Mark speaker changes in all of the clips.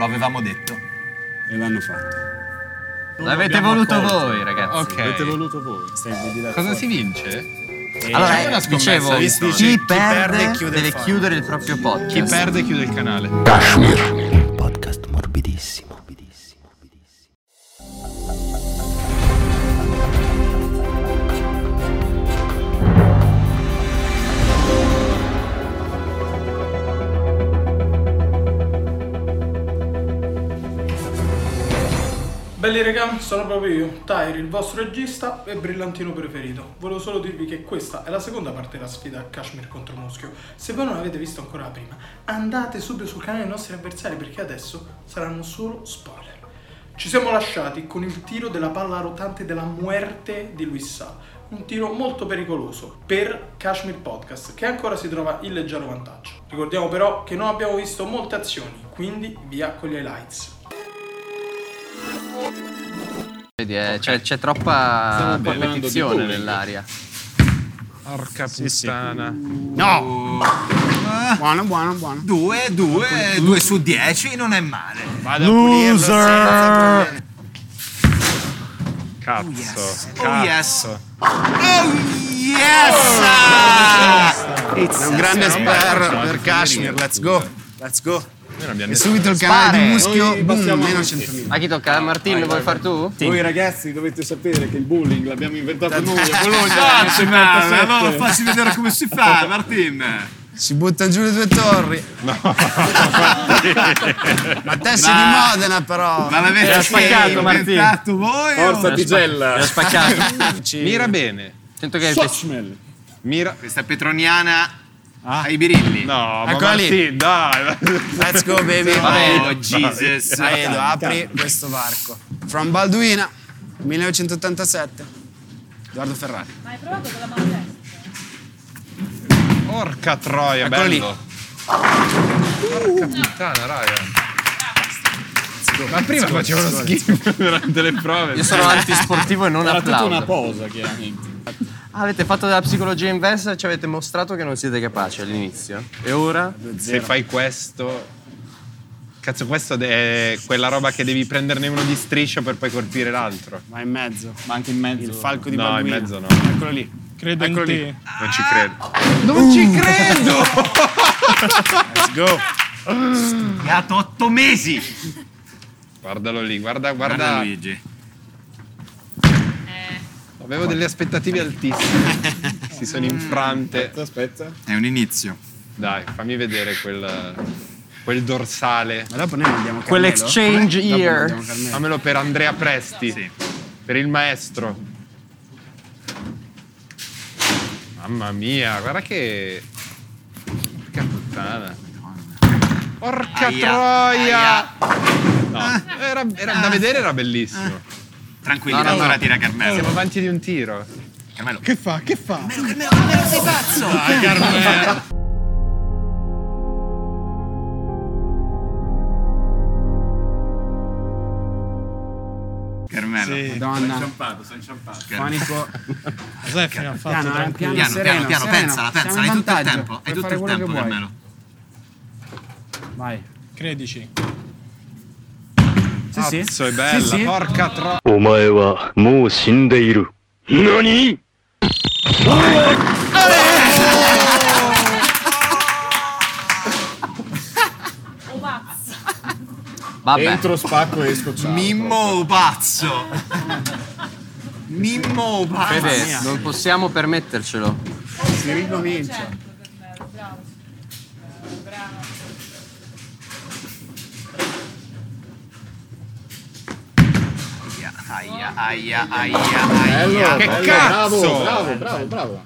Speaker 1: avevamo detto.
Speaker 2: E l'hanno fatto. Non
Speaker 3: L'avete
Speaker 2: abbiamo
Speaker 3: voluto
Speaker 2: accolto.
Speaker 3: voi, ragazzi.
Speaker 4: Ok.
Speaker 2: L'avete voluto voi. Stai, vedi là
Speaker 4: Cosa
Speaker 2: fuori.
Speaker 4: si vince?
Speaker 2: Eh,
Speaker 3: Allora,
Speaker 4: C'è una scommessa
Speaker 3: dicevo,
Speaker 4: di
Speaker 3: chi,
Speaker 4: storia.
Speaker 3: chi perde,
Speaker 1: chiude il
Speaker 3: deve
Speaker 1: file.
Speaker 3: chiudere il proprio podcast.
Speaker 4: Chi perde chiude il canale.
Speaker 5: Podcast morbidissimo, morbidissimo, morbidissimo.
Speaker 6: Belli raga, sono proprio io, Tyri, il vostro regista e brillantino preferito. Volevo solo dirvi che questa è la seconda parte della sfida Kashmir contro Moschio. Se voi non avete visto ancora la prima, andate subito sul canale dei nostri avversari perché adesso saranno solo spoiler. Ci siamo lasciati con il tiro della palla rotante della muerte di Luissa. Un tiro molto pericoloso per Kashmir Podcast, che ancora si trova in leggero vantaggio. Ricordiamo però che non abbiamo visto molte azioni, quindi via con gli highlights.
Speaker 3: Vedi, eh, c'è, c'è troppa
Speaker 2: Stiamo parlando di
Speaker 3: competizione
Speaker 2: pubblico.
Speaker 3: nell'aria.
Speaker 4: Porca
Speaker 2: sì.
Speaker 4: puttana.
Speaker 1: No!
Speaker 2: Buono, buono, buono.
Speaker 1: 2, 2, 2 su 10 non è male.
Speaker 4: Vado a pulirlo senza problemi. Cazzo.
Speaker 1: yes. Oh,
Speaker 4: Cazzo.
Speaker 1: Oh yes!
Speaker 7: È un grande
Speaker 4: Siamo andati,
Speaker 7: spar
Speaker 4: siamo
Speaker 7: per
Speaker 4: andati
Speaker 7: Kashmir,
Speaker 4: finire.
Speaker 7: let's go, let's go.
Speaker 4: Noi non abbiamo
Speaker 7: E
Speaker 4: detto-
Speaker 7: subito il canale
Speaker 3: Spare.
Speaker 7: di Muschio,
Speaker 2: Noi
Speaker 7: boom,
Speaker 2: passiamo
Speaker 7: meno
Speaker 2: avanti.
Speaker 7: 100.000.
Speaker 3: A chi tocca? Martin, lo vuoi far tu?
Speaker 2: Voi ragazzi dovete sapere che il bullying l'abbiamo inventato noi a Bologna.
Speaker 1: Facci, mamma, allora facci vedere come si fa, Martin.
Speaker 7: Si butta giù le due torri. Ma te sei di
Speaker 1: Ma-
Speaker 7: Modena però.
Speaker 1: Ma l'avete
Speaker 3: spaccato, Martin.
Speaker 1: inventato voi?
Speaker 2: Forza Tigella.
Speaker 3: L'ho spaccato.
Speaker 4: Mira bene.
Speaker 3: Sento che hai il pes-
Speaker 2: Sochmel.
Speaker 4: Mira.
Speaker 1: Questa petroniana ai birilli.
Speaker 4: No, ma
Speaker 7: Eccola Ecco lì.
Speaker 4: Martì, dai.
Speaker 7: Let's go baby.
Speaker 3: Vabbè.
Speaker 1: Oh Jesus.
Speaker 7: Dai Edo, apri questo varco. From Balduina, 1987. Edoardo Ferrari.
Speaker 8: Ma hai provato con la mano destra?
Speaker 4: Porca troia,
Speaker 7: Eccolo lì.
Speaker 4: bello. Porca puttana, raga. Ma prima facevano schifo durante le prove.
Speaker 3: Io sono antisportivo e non
Speaker 2: Era tutta una
Speaker 3: applaudo. Ah,
Speaker 2: posa, chiaramente.
Speaker 3: Avete fatto della psicologia inversa e ci avete mostrato che non siete capaci all'inizio. E ora?
Speaker 4: Se fai questo. Cazzo, questo è quella roba che devi prenderne uno di striscio per poi colpire l'altro.
Speaker 7: Ma in mezzo.
Speaker 2: Ma anche in mezzo.
Speaker 7: Il falco di
Speaker 4: No, in
Speaker 7: Balduina.
Speaker 4: mezzo no.
Speaker 7: Eccolo lì.
Speaker 9: Credo
Speaker 7: Eccolo
Speaker 9: in te.
Speaker 7: lì.
Speaker 4: Non ci credo.
Speaker 7: Non ci credo! Let's go.
Speaker 1: Studiato 8 mesi.
Speaker 4: Guardalo lì, guarda, guarda.
Speaker 1: Guarda Luigi.
Speaker 4: Avevo delle aspettative altissime. si sono infrante.
Speaker 2: Aspetta.
Speaker 1: È un inizio.
Speaker 4: Dai, fammi vedere quel, quel dorsale.
Speaker 7: Ma dopo noi mandiamo Carmelo.
Speaker 3: Quell'exchange
Speaker 7: Dopo
Speaker 3: year.
Speaker 7: mandiamo Carmelo.
Speaker 4: Eh. Fammelo per Andrea Presti. Per il maestro. Mamma mia, guarda che. Porca puttana. Porca
Speaker 1: Aia,
Speaker 4: troia! No, era, era- da vedere era bellissimo. Eh,
Speaker 1: Tranquilli, tanto ora tira Carmelo.
Speaker 4: Siamo avanti di un tiro.
Speaker 1: Carmelo. Ah,
Speaker 9: Che fa? Che fa?
Speaker 1: Carmelo.
Speaker 7: Madonna.
Speaker 1: inciampato, sono inciampato. Piano,
Speaker 7: Panico.
Speaker 9: Giuseppe ha
Speaker 7: Piano,
Speaker 9: fatto
Speaker 7: piano,
Speaker 9: tranquillo.
Speaker 1: piano,
Speaker 7: sereno,
Speaker 1: piano,
Speaker 7: sereno.
Speaker 1: pensala,
Speaker 7: Siamo in
Speaker 1: pensala, hai tutto il
Speaker 7: vantaggio,
Speaker 1: tempo, hai
Speaker 7: puoi
Speaker 1: tutto
Speaker 7: fare
Speaker 1: il
Speaker 7: quello che
Speaker 1: tempo
Speaker 7: vuoi.
Speaker 1: Carmelo.
Speaker 7: Vai.
Speaker 9: Credici.
Speaker 7: Sì, sì.
Speaker 4: Cazzo, è bella.
Speaker 7: Sì, sì.
Speaker 4: Porca troia.
Speaker 10: お前はもう死んでいる。何
Speaker 8: O pazza.
Speaker 3: Vabbè.
Speaker 2: Entro spacco e esco ciao.
Speaker 1: Mimmo pazzo. Mimmo pazzo.
Speaker 3: Fede, non possiamo permettercelo.
Speaker 7: Si ricomincia.
Speaker 8: Bravo, bravo. Bravo.
Speaker 1: Aia, aia, aia, aia.
Speaker 2: Bello,
Speaker 4: Che
Speaker 2: bello,
Speaker 4: cazzo!
Speaker 2: Bravo, bravo, bravo, bravo.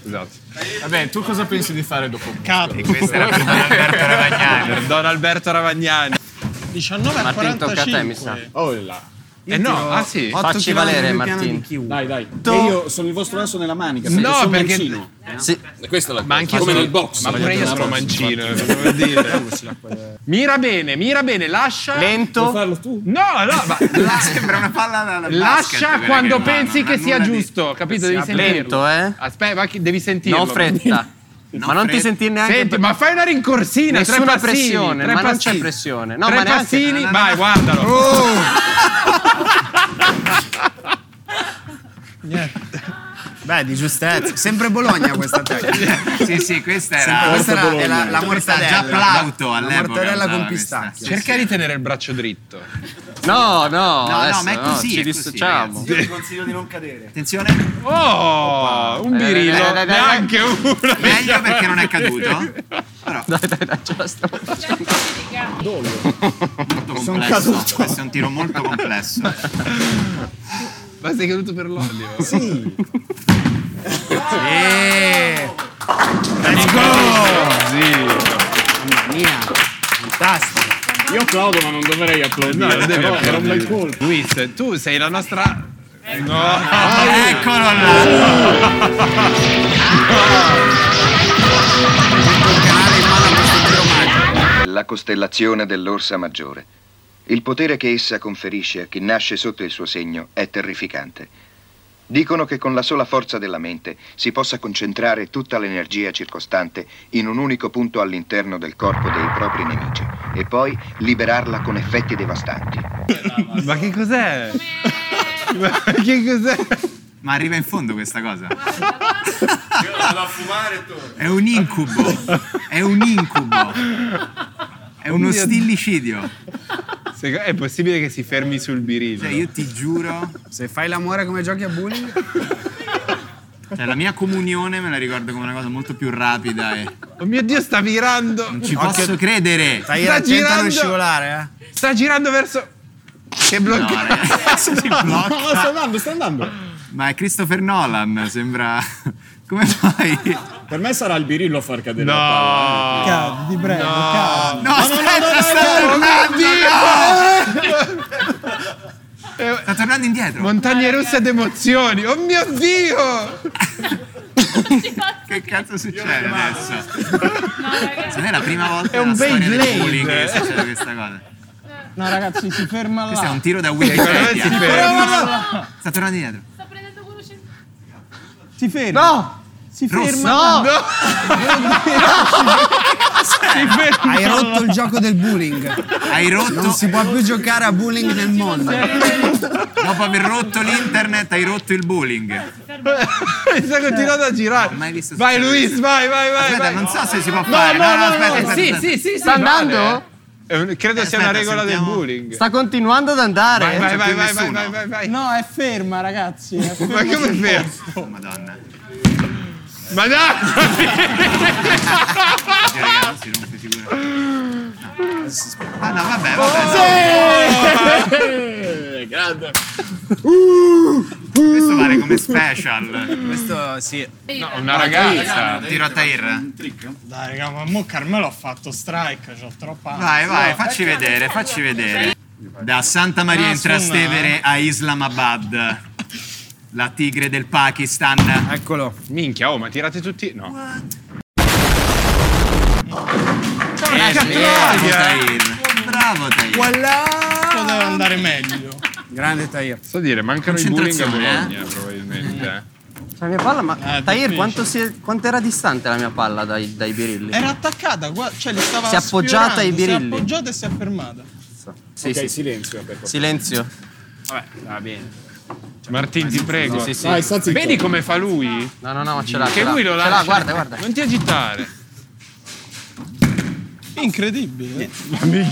Speaker 4: Scusate.
Speaker 2: Vabbè, tu cosa pensi di fare dopo?
Speaker 9: Capo.
Speaker 1: Questa era per Don Alberto Ravagnani.
Speaker 4: Per Don Alberto Ravagnani.
Speaker 9: 19 a
Speaker 3: Martin, tocca a te,
Speaker 9: 45.
Speaker 3: mi sa.
Speaker 2: Oh là.
Speaker 4: Eh no, ah sì.
Speaker 3: Facci valere, Martin.
Speaker 2: Dai, dai. E io sono il vostro verso nella manica. perché
Speaker 4: No,
Speaker 2: sono
Speaker 4: perché-
Speaker 2: mancino.
Speaker 3: Sì,
Speaker 9: Questa è la
Speaker 4: Ma anche
Speaker 9: Come
Speaker 4: io
Speaker 9: nel box.
Speaker 4: Ma pure io sono mancino. cosa vuol dire? mira bene, mira bene, lascia.
Speaker 2: Vuoi
Speaker 3: lento.
Speaker 2: farlo tu?
Speaker 4: No, no, ma
Speaker 1: La- Sembra una palla da da basket,
Speaker 4: lascia
Speaker 1: quella
Speaker 4: quando
Speaker 1: che va,
Speaker 4: pensi
Speaker 1: non ha
Speaker 4: che sia
Speaker 1: nulla di-
Speaker 4: giusto, capito? Devi sentirlo.
Speaker 3: Lento, eh?
Speaker 4: Aspetta, ma chi- devi sentirlo.
Speaker 3: Non fretta. ma non ti sentire neanche.
Speaker 4: Senti, ma fai una rincorsina,
Speaker 3: Nessuna
Speaker 4: tre passini,
Speaker 3: pressione,
Speaker 4: tre
Speaker 3: ma non
Speaker 4: passini.
Speaker 3: c'è pressione. No, Oh,
Speaker 4: tre
Speaker 3: ma neanche-
Speaker 4: passini, vai, guardalo.
Speaker 6: Niente.
Speaker 11: Beh, di giustezza. Sempre Bologna questa taglia.
Speaker 1: Sì, sì, questa
Speaker 11: Sempre
Speaker 1: era.
Speaker 11: questa era, è la, la
Speaker 1: Questa era già
Speaker 11: mortadella.
Speaker 1: Plauto
Speaker 11: La
Speaker 1: all'epoca.
Speaker 11: mortadella
Speaker 1: usava
Speaker 11: con
Speaker 1: questa.
Speaker 11: pistacchio.
Speaker 4: Cerca di tenere il braccio dritto.
Speaker 3: No, no,
Speaker 1: no,
Speaker 3: adesso,
Speaker 1: ma è così,
Speaker 3: ci
Speaker 1: è così,
Speaker 3: dissociamo.
Speaker 1: ragazzi. Attenzione,
Speaker 4: Oh, un
Speaker 3: Dai, dai,
Speaker 4: birillo,
Speaker 3: dai, dai, dai,
Speaker 4: neanche uno.
Speaker 1: meglio perché non è caduto. Però
Speaker 3: Dai, dai, dai, ce la stiamo facendo.
Speaker 8: Certo, ci dica.
Speaker 1: molto complesso. Questo è un tiro molto complesso.
Speaker 4: Ma sei caduto per l'olio.
Speaker 11: Let's go!
Speaker 4: Sì.
Speaker 11: Mamma mia, fantastico.
Speaker 12: Io applaudo, ma non dovrei
Speaker 4: No,
Speaker 12: applaudire.
Speaker 4: non devi
Speaker 12: però era un bel
Speaker 4: applaudire.
Speaker 12: colpo.
Speaker 4: Luis, tu sei la nostra... No,
Speaker 1: Eccolo là.
Speaker 11: Il canale in mano a questo tiro magico.
Speaker 13: La costellazione dell'Orsa Maggiore. Il potere che essa conferisce a chi nasce sotto il suo segno è terrificante. Dicono che con la sola forza della mente si possa concentrare tutta l'energia circostante in un unico punto all'interno del corpo dei propri nemici e poi liberarla con effetti devastanti.
Speaker 4: ma che cos'è? Ma che cos'è?
Speaker 1: Ma arriva in fondo questa cosa. È un incubo. È un incubo. È uno stillicidio.
Speaker 4: Se- È possibile che si fermi sul birillo.
Speaker 1: Cioè, io ti giuro.
Speaker 11: Se fai l'amore come giochi a bullying,
Speaker 1: Cioè, la mia comunione me la ricordo come una cosa molto più rapida e.
Speaker 4: Oh mio Dio, sta virando!
Speaker 1: Non ci posso credere!
Speaker 11: stai
Speaker 4: Sta
Speaker 11: attento a non
Speaker 4: girando.
Speaker 11: scivolare, eh.
Speaker 4: Sta girando verso... Che
Speaker 1: No,
Speaker 4: blocca...
Speaker 1: ragazzi, si blocca.
Speaker 12: No, sta andando, sta andando.
Speaker 1: Ma è Christopher Nolan, sembra. Come fai?
Speaker 12: Per me sarà il birillo a far cadere la palla.
Speaker 4: No!
Speaker 6: Cavolo, ti prego, cavolo.
Speaker 1: No, aspetta, sta
Speaker 4: Oh
Speaker 1: tornando! Sta tornando indietro!
Speaker 4: Montagne russe ed emozioni! Oh mio Dio!
Speaker 1: Che cazzo succede adesso?
Speaker 8: No,
Speaker 1: Se
Speaker 8: ragazzi,
Speaker 1: non è la prima volta
Speaker 4: È un
Speaker 1: nella storia del
Speaker 4: Beyblade.
Speaker 1: bowling che succede questa cosa.
Speaker 6: No, ragazzi, si ferma
Speaker 1: Questo è
Speaker 6: là.
Speaker 1: un tiro da
Speaker 4: Secondo me si
Speaker 1: Wikipedia.
Speaker 4: ferma.
Speaker 1: Sta tornando indietro.
Speaker 8: sta prendendo quello centrale.
Speaker 6: Si ferma. No! Si ferma.
Speaker 1: Rosso.
Speaker 6: là.
Speaker 11: Hai rotto il gioco del bullying.
Speaker 1: Hai rotto,
Speaker 11: Non si può più giocare a bullying nel mondo.
Speaker 1: dopo aver rotto l'internet, hai rotto il bowling.
Speaker 4: Sta continuando a girare.
Speaker 1: Cioè, mai visto
Speaker 4: Vai
Speaker 1: succedere
Speaker 4: Luis, vai, vai, vai.
Speaker 1: Aspetta,
Speaker 4: vai.
Speaker 1: non so se si può fare. No, no, aspetta, aspetta,
Speaker 4: Sì,
Speaker 1: aspetta.
Speaker 4: sì, sì,
Speaker 3: Eh, Sta andando?
Speaker 4: È un- Eh, credo sia
Speaker 1: aspetta,
Speaker 4: una regola
Speaker 1: sentiamo.
Speaker 4: del bullying.
Speaker 3: Sta continuando ad andare.
Speaker 4: Vai, vai,
Speaker 1: c'è
Speaker 4: vai,
Speaker 1: più
Speaker 4: vai, vai,
Speaker 1: nessuno.
Speaker 4: vai, vai, vai.
Speaker 6: No, è ferma, ragazzi. È ferma.
Speaker 4: Ma come fermo?
Speaker 1: Oh, Madonna.
Speaker 4: Ma dai!
Speaker 1: Dio, raga, non si rompe figura. No. Ah no, vabbè, vabbè. no. Questo vale come special.
Speaker 11: Questo sì.
Speaker 4: Una ragazza.
Speaker 1: Tiro a Tahir.
Speaker 6: Dai, raga, ma mo Carmelo ha fatto strike, c'ho troppa ansia.
Speaker 1: Vai, vai, facci vedere, facci vedere. Da Santa Maria in Trastevere a Islamabad. La tigre del Pakistan.
Speaker 11: Eccolo.
Speaker 4: Minchia, oh, ma tirate tutti. No.
Speaker 1: Bravo Tahir. Bravo Tahir.
Speaker 11: Voilà.
Speaker 6: Poteva andare meglio.
Speaker 11: Grande Tahir.
Speaker 4: So dire, mancano i bullying a
Speaker 1: Concentrazione, eh?
Speaker 4: Bologna, probabilmente.
Speaker 3: La mia palla, ma
Speaker 6: Eh,
Speaker 3: Tahir,
Speaker 6: difficile.
Speaker 3: quanto, si è- quanto era distante la mia palla dai, dai birilli?
Speaker 6: Era attaccata, guarda, cioè li stava
Speaker 3: Si è appoggiata ai
Speaker 6: sfiorando, Si
Speaker 3: birilli.
Speaker 6: è appoggiata e si è fermata.
Speaker 3: Sì,
Speaker 12: Ok,
Speaker 3: sì,
Speaker 12: silenzio. Per favore.
Speaker 3: Silenzio.
Speaker 4: Martin, ti prego.
Speaker 3: Sì, sì.
Speaker 12: Dai, sta zitto.
Speaker 4: Vedi come fa lui?
Speaker 3: No, no, no, ma ce l'ha.
Speaker 4: Che
Speaker 3: ce l'ha.
Speaker 4: lui lo
Speaker 3: Ce l'ha,
Speaker 4: lascia.
Speaker 3: guarda, guarda.
Speaker 4: Non ti agitare.
Speaker 6: Incredibile.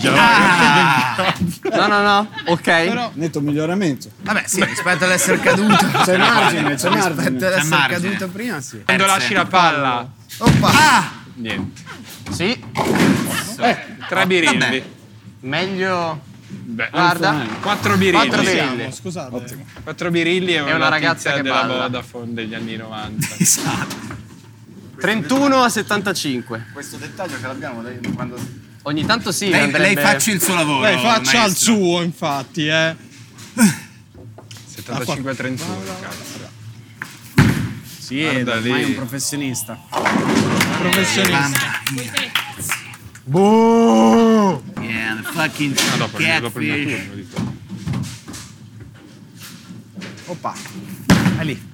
Speaker 1: Ah.
Speaker 3: No, no, no. Ok.
Speaker 6: Però-
Speaker 12: Netto miglioramento.
Speaker 11: Vabbè, sì, rispetto all'essere caduto.
Speaker 12: C'è margine, c'è
Speaker 11: Rispetto
Speaker 12: margine.
Speaker 11: all'essere
Speaker 1: margine.
Speaker 11: caduto prima, sì.
Speaker 4: Quando
Speaker 1: Terze.
Speaker 4: lasci la palla.
Speaker 11: Oppa.
Speaker 4: Niente.
Speaker 3: Sì,
Speaker 4: Tre
Speaker 1: vabbè.
Speaker 4: birilli.
Speaker 3: meglio.
Speaker 4: Beh,
Speaker 3: Guarda.
Speaker 4: Quattro birilli.
Speaker 3: Quattro birilli.
Speaker 6: Siamo, scusate.
Speaker 4: Quattro birilli e una,
Speaker 3: una ragazza
Speaker 4: tizia
Speaker 3: che
Speaker 4: della
Speaker 3: balla.
Speaker 4: Vodafone degli anni 90.
Speaker 1: Esatto.
Speaker 3: 31 a 75.
Speaker 12: Questo dettaglio che l'abbiamo quando...
Speaker 3: Ogni tanto sì.
Speaker 1: Lei,
Speaker 3: andrebbe-
Speaker 1: lei faccia il suo lavoro.
Speaker 6: Lei faccia il
Speaker 1: maestro.
Speaker 6: suo, infatti, eh.
Speaker 4: 75 31, cazzo.
Speaker 11: Sì,
Speaker 4: Guarda
Speaker 11: ormai
Speaker 4: lì.
Speaker 11: è un professionista.
Speaker 6: Professionista.
Speaker 1: Yeah, the fucking
Speaker 4: Ah, dopo, dopo il mio
Speaker 1: catfish.
Speaker 4: turno, dico.
Speaker 11: Oppa. È lì.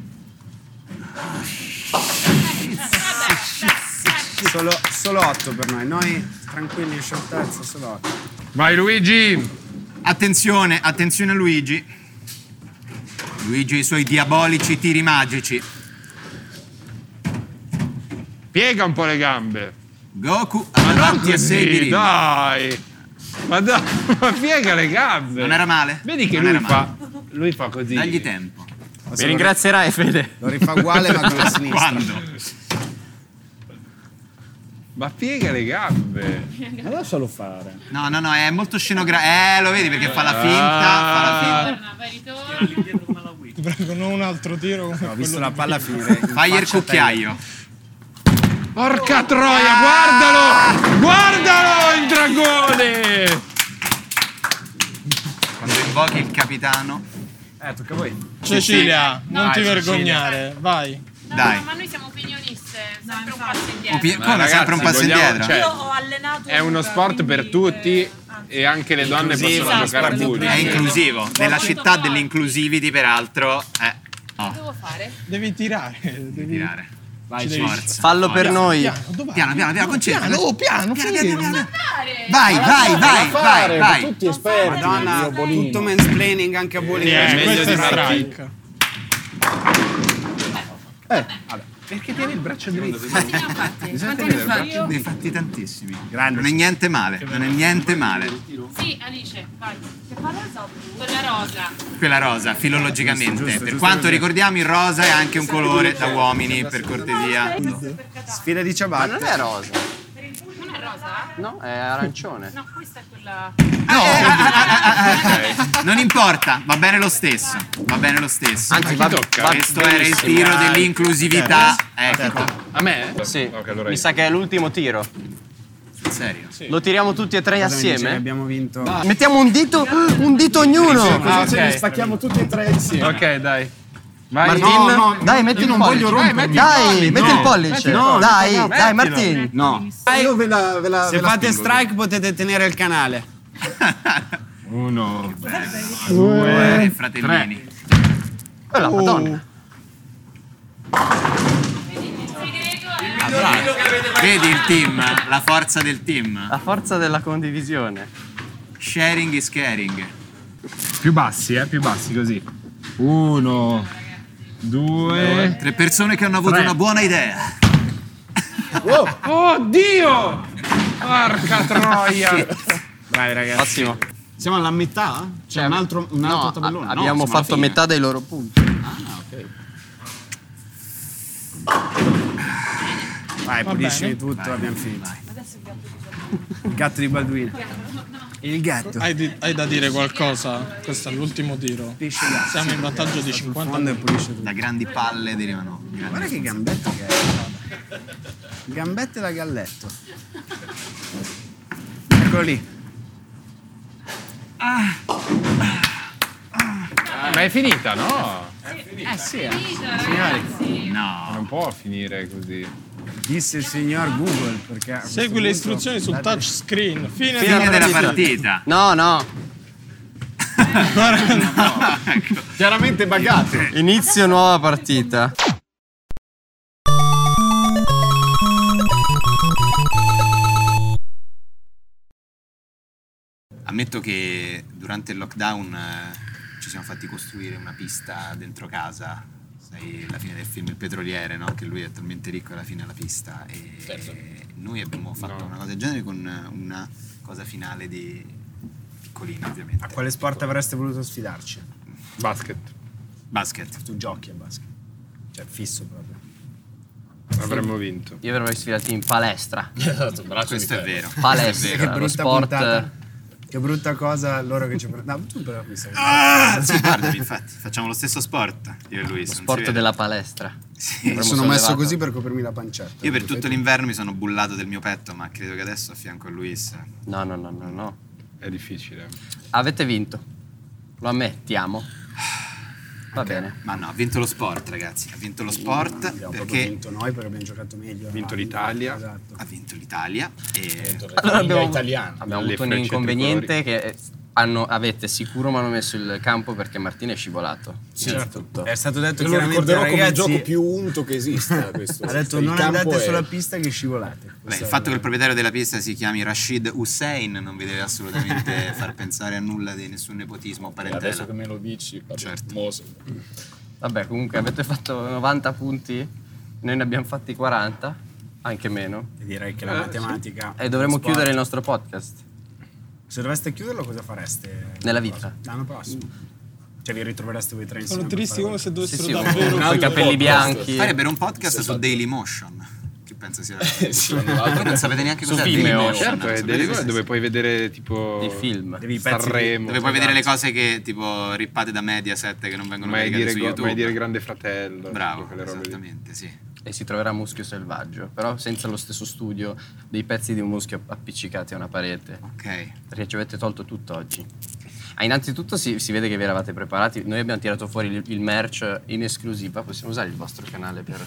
Speaker 7: Solo, solo 8 per noi. Noi tranquilli in scioltezza, solo 8.
Speaker 1: Vai Luigi! Attenzione, attenzione a Luigi. Luigi e i suoi diabolici tiri magici.
Speaker 4: Piega un po' le gambe.
Speaker 1: Goku
Speaker 4: Ma non
Speaker 1: avanti a
Speaker 4: così,
Speaker 1: seguire.
Speaker 4: dai. Ma dai, ma piega le gambe.
Speaker 1: Non era male.
Speaker 4: Vedi che
Speaker 1: Non
Speaker 4: lui
Speaker 1: era
Speaker 4: fa, lui fa così.
Speaker 1: Dagli tempo.
Speaker 3: Mi ringrazierai, Fede.
Speaker 7: Lo rifà uguale ma con la sinistra.
Speaker 1: Quando?
Speaker 4: Ma piega le gambe.
Speaker 2: Ma lascialo fare.
Speaker 1: No, no, no, è molto scenografico. Eh, lo vedi perché fa la finta, fa
Speaker 4: Ah,
Speaker 1: la finta.
Speaker 8: Torna, vai, ritorna.
Speaker 9: Prego, un altro tiro. Come
Speaker 7: Ho visto la palla finire. in
Speaker 1: Fai il
Speaker 7: faccia a te.
Speaker 1: cucchiaio.
Speaker 4: Porca troia, guardalo! Guardalo il dragone!
Speaker 1: Quando invochi il capitano.
Speaker 7: Eh, tocca a voi.
Speaker 9: Cecilia, non
Speaker 8: Vai,
Speaker 9: ti
Speaker 8: Cecilia.
Speaker 9: vergognare, vai.
Speaker 8: No,
Speaker 1: Dai.
Speaker 8: no, ma noi siamo opinioniste, sempre un passo indietro.
Speaker 1: Opi-
Speaker 4: Ma
Speaker 1: come
Speaker 4: ragazzi,
Speaker 1: sempre un passo
Speaker 4: vogliamo-
Speaker 1: indietro.
Speaker 4: cioè,
Speaker 11: ho allenato.
Speaker 4: è uno
Speaker 11: Luca,
Speaker 4: sport per
Speaker 11: quindi,
Speaker 4: tutti
Speaker 11: eh,
Speaker 4: e anche le donne
Speaker 7: Inclusivo,
Speaker 4: possono
Speaker 7: uno
Speaker 4: giocare a
Speaker 7: sport di
Speaker 1: È
Speaker 4: bullying.
Speaker 1: inclusivo. Nella città dell'inclusivity, peraltro. Eh.
Speaker 8: Che
Speaker 1: Oh,
Speaker 8: devo fare?
Speaker 9: Devi tirare. Devi
Speaker 1: tirare.
Speaker 7: Vai,
Speaker 1: Ci
Speaker 7: Ci
Speaker 1: devi-
Speaker 7: forza.
Speaker 3: Fallo per noi.
Speaker 9: Piano, dove vai?
Speaker 1: Piano, piano, piano, concentrati.
Speaker 9: Piano, oh, piano,
Speaker 1: Piano,
Speaker 9: fermo.
Speaker 1: piano, piano, piano.
Speaker 8: Fare!
Speaker 1: Vai, vai, vai, vai,
Speaker 2: Fare,
Speaker 1: vai.
Speaker 2: tutti esperti.
Speaker 7: Madonna,
Speaker 2: Dio Bolino.
Speaker 7: tutto mansplaining anche a bullying.
Speaker 4: È
Speaker 9: Eh,
Speaker 4: meglio
Speaker 9: questo è
Speaker 4: di Marchi.
Speaker 9: strike.
Speaker 4: Perché tiene il braccio dritto?
Speaker 8: Quanti
Speaker 4: tenere
Speaker 8: ne
Speaker 4: il
Speaker 8: ho fatti?
Speaker 1: Ne hai fatti tantissimi.
Speaker 7: Grande.
Speaker 1: Non è niente male, non è niente male.
Speaker 8: Sì, Alice, vai. Che palla so? Quella rosa.
Speaker 1: Quella rosa, filologicamente.
Speaker 7: Giusto, giusto,
Speaker 1: per
Speaker 7: giusto
Speaker 1: quanto
Speaker 7: così.
Speaker 1: ricordiamo, il rosa è anche un colore da uomini, per cortesia.
Speaker 7: Sfida di
Speaker 3: Ma
Speaker 7: ciabatte.
Speaker 3: non è rosa,
Speaker 8: Non è rosa?
Speaker 3: no? È arancione.
Speaker 8: No, questa è quella.
Speaker 1: Non importa, va bene lo stesso. Va bene lo stesso.
Speaker 3: Anzi, va,
Speaker 4: tocca?
Speaker 9: Ah,
Speaker 3: va
Speaker 1: eh, Questo era il
Speaker 3: benissimo.
Speaker 1: tiro
Speaker 3: Dai.
Speaker 1: dell'inclusività. Ecco,
Speaker 4: A me?
Speaker 3: Sì,
Speaker 4: Ok, allora
Speaker 3: mi
Speaker 4: io.
Speaker 3: sa che è l'ultimo tiro.
Speaker 1: sul serio.
Speaker 3: Lo tiriamo tutti e tre
Speaker 7: Cosa mi dice che
Speaker 3: assieme?
Speaker 7: Abbiamo vinto.
Speaker 3: Mettiamo un dito, un dito ognuno.
Speaker 2: Così
Speaker 4: Ah,
Speaker 2: ce
Speaker 4: ok.
Speaker 2: li spacchiamo tutti e tre insieme.
Speaker 4: Ok, dai. Vai.
Speaker 3: Martin,
Speaker 7: no, no,
Speaker 3: dai, metti
Speaker 7: io
Speaker 3: il
Speaker 7: non
Speaker 3: pollice.
Speaker 7: voglio
Speaker 3: Dai,
Speaker 7: rompermi.
Speaker 3: metti il pollice. metti il
Speaker 4: No.
Speaker 3: pollice.
Speaker 4: Mettilo.
Speaker 3: dai,
Speaker 4: No,
Speaker 3: dai,
Speaker 4: mettilo.
Speaker 3: Martin.
Speaker 7: No.
Speaker 2: Io ve la, ve la,
Speaker 7: Se
Speaker 2: ve la
Speaker 7: fate
Speaker 2: spingo.
Speaker 7: strike potete tenere il canale.
Speaker 4: Uno.
Speaker 1: Due fratellini.
Speaker 3: Oh, la madonna.
Speaker 8: Il segreto è.
Speaker 1: Vedi il team, la forza del team.
Speaker 3: La forza della condivisione.
Speaker 1: Sharing is caring.
Speaker 4: Più bassi, eh, più bassi così. Uno. Due.
Speaker 1: Tre persone che hanno avuto
Speaker 4: Tre.
Speaker 1: una buona idea.
Speaker 4: Oddio! Porca troia!
Speaker 7: Bravi ragazzi.
Speaker 3: Massimo.
Speaker 2: Siamo alla metà? C'è un altro, un altro
Speaker 3: no,
Speaker 2: tabellone?
Speaker 3: a-
Speaker 2: No,
Speaker 3: abbiamo
Speaker 2: siamo alla
Speaker 3: fatto
Speaker 2: fine.
Speaker 3: metà dei loro punti.
Speaker 7: Vai, puliscimi tutto, abbiamo finito. Il gatto di Balduino. Il gatto.
Speaker 6: Eh.
Speaker 9: Hai, di- hai da dire qualcosa? Questo è l'ultimo tiro.
Speaker 7: Pulisce il gatto.
Speaker 9: Siamo in vantaggio di
Speaker 7: Sul
Speaker 9: 50.
Speaker 7: fondo e pulisce tutto.
Speaker 1: Da grandi palle derivano. grandi-
Speaker 7: Guarda che gambetto che è. Gambette da galletto. Eccolo lì.
Speaker 4: Ma è finita, no?
Speaker 8: Finita, ragazzi.
Speaker 1: No.
Speaker 4: Non può finire così.
Speaker 7: Disse il signor Google perché... a questo
Speaker 9: Segui le
Speaker 7: punto-
Speaker 9: istruzioni sul touchscreen. Fine,
Speaker 3: Fine
Speaker 1: Fine
Speaker 9: della
Speaker 1: della
Speaker 9: partita.
Speaker 1: partita.
Speaker 3: No, no.
Speaker 1: Ecco.
Speaker 2: Chiaramente buggato.
Speaker 3: Inizio nuova partita.
Speaker 1: Ammetto che durante il lockdown eh, ci siamo fatti costruire una pista dentro casa. Sai, la fine del film Il petroliere, no? Che lui è talmente ricco alla fine alla pista. E
Speaker 3: Certo.
Speaker 1: noi abbiamo fatto una cosa del genere con eh, una cosa finale di piccolina, ovviamente.
Speaker 7: A quale sport avreste voluto sfidarci?
Speaker 4: Basket.
Speaker 1: Basket.
Speaker 7: Tu giochi a basket. Cioè, fisso proprio.
Speaker 4: Avremmo vinto.
Speaker 3: Io avrei sfidati in palestra.
Speaker 1: Questo è vero.
Speaker 3: Palestra,
Speaker 7: Che
Speaker 3: lo
Speaker 7: brutta
Speaker 3: sport.
Speaker 7: puntata. Che brutta cosa loro che ci prendono. No, tu però qui sei.
Speaker 1: Ah, sì, guardami, infatti, facciamo lo stesso sport. Io e lui. se non si
Speaker 3: Sport
Speaker 1: vede.
Speaker 3: della palestra.
Speaker 1: Sì.
Speaker 7: Mi
Speaker 3: Avremmo
Speaker 7: sono messo
Speaker 3: sollevato.
Speaker 7: così per coprirmi la pancetta.
Speaker 1: Io per tutto l'inverno mi sono bullato del mio petto, ma credo che adesso a fianco a Luis.
Speaker 3: No, no, no, no, no.
Speaker 4: È difficile.
Speaker 3: Avete vinto. Lo ammettiamo. Va bene.
Speaker 1: Ma no, ha vinto lo sport, ragazzi. Ha vinto lo sport
Speaker 7: Abbiamo proprio
Speaker 1: perché
Speaker 7: vinto noi perché abbiamo giocato meglio.
Speaker 4: Vinto
Speaker 7: Ah,
Speaker 4: l'Italia.
Speaker 7: Esatto.
Speaker 1: ha vinto l'Italia. E...
Speaker 3: Allora abbiamo, abbiamo
Speaker 4: Le
Speaker 3: avuto un
Speaker 4: frecce
Speaker 3: inconveniente che hanno- avete sicuro ma hanno messo il campo perché Martina è scivolato. Certo. Innanzitutto.
Speaker 11: È stato detto
Speaker 3: Io lo
Speaker 11: chiaramente
Speaker 3: ricorderò come il
Speaker 11: ragazzi,
Speaker 3: gioco
Speaker 1: più unto che esista questo.
Speaker 11: ha detto
Speaker 1: Il
Speaker 11: non
Speaker 1: campo
Speaker 11: andate
Speaker 1: è-
Speaker 11: sulla pista che scivolate.
Speaker 1: Beh,
Speaker 11: Questa
Speaker 1: il
Speaker 11: è
Speaker 1: fatto che
Speaker 11: la-
Speaker 1: il proprietario della pista si chiami Rashid Hussein non vi deve assolutamente far pensare a nulla di nessun nepotismo o parentela.
Speaker 13: Adesso che me lo dici, certo.
Speaker 3: Vabbè, comunque avete fatto 90 punti, noi ne abbiamo fatti 40, anche meno.
Speaker 11: Direi che la
Speaker 3: Eh,
Speaker 11: matematica.
Speaker 3: sì. E dovremmo
Speaker 11: sport.
Speaker 3: chiudere il nostro podcast.
Speaker 11: Se doveste chiuderlo, cosa fareste?
Speaker 3: Nella vita.
Speaker 11: L'anno prossimo. Cioè, vi ritrovereste voi tre insieme.
Speaker 6: Sono tristi come se dovessero
Speaker 3: Sì, sì,
Speaker 6: davvero
Speaker 3: un- con i capelli bianchi.
Speaker 1: Farebbero un podcast su Dailymotion. Che penso sia
Speaker 3: Sì,
Speaker 1: Voi non sapete neanche
Speaker 3: Su
Speaker 1: cos'è
Speaker 3: Vimeo.
Speaker 1: Dailymotion.
Speaker 4: Certo, è
Speaker 1: Sapete
Speaker 4: delle
Speaker 1: cos'è?
Speaker 4: cose dove puoi vedere tipo
Speaker 3: I film. Devi i pezzi di-
Speaker 4: Sanremo. esatto.
Speaker 1: Dove puoi vedere le cose che tipo rippate da Mediaset che non vengono
Speaker 4: Mai
Speaker 1: caricate
Speaker 4: dire,
Speaker 1: su
Speaker 4: go-
Speaker 1: YouTube.
Speaker 4: mai dire Grande Fratello.
Speaker 1: Bravo,
Speaker 4: quelle robe lì.
Speaker 1: esattamente, sì.
Speaker 3: E si troverà Muschio Selvaggio, però senza lo stesso studio dei pezzi di un muschio appiccicati a una parete.
Speaker 1: Ok.
Speaker 3: Perché ci avete tolto tutto oggi. Ah, innanzitutto si, si vede che vi eravate preparati. Noi abbiamo tirato fuori il, il merch in esclusiva. Possiamo usare il vostro canale per.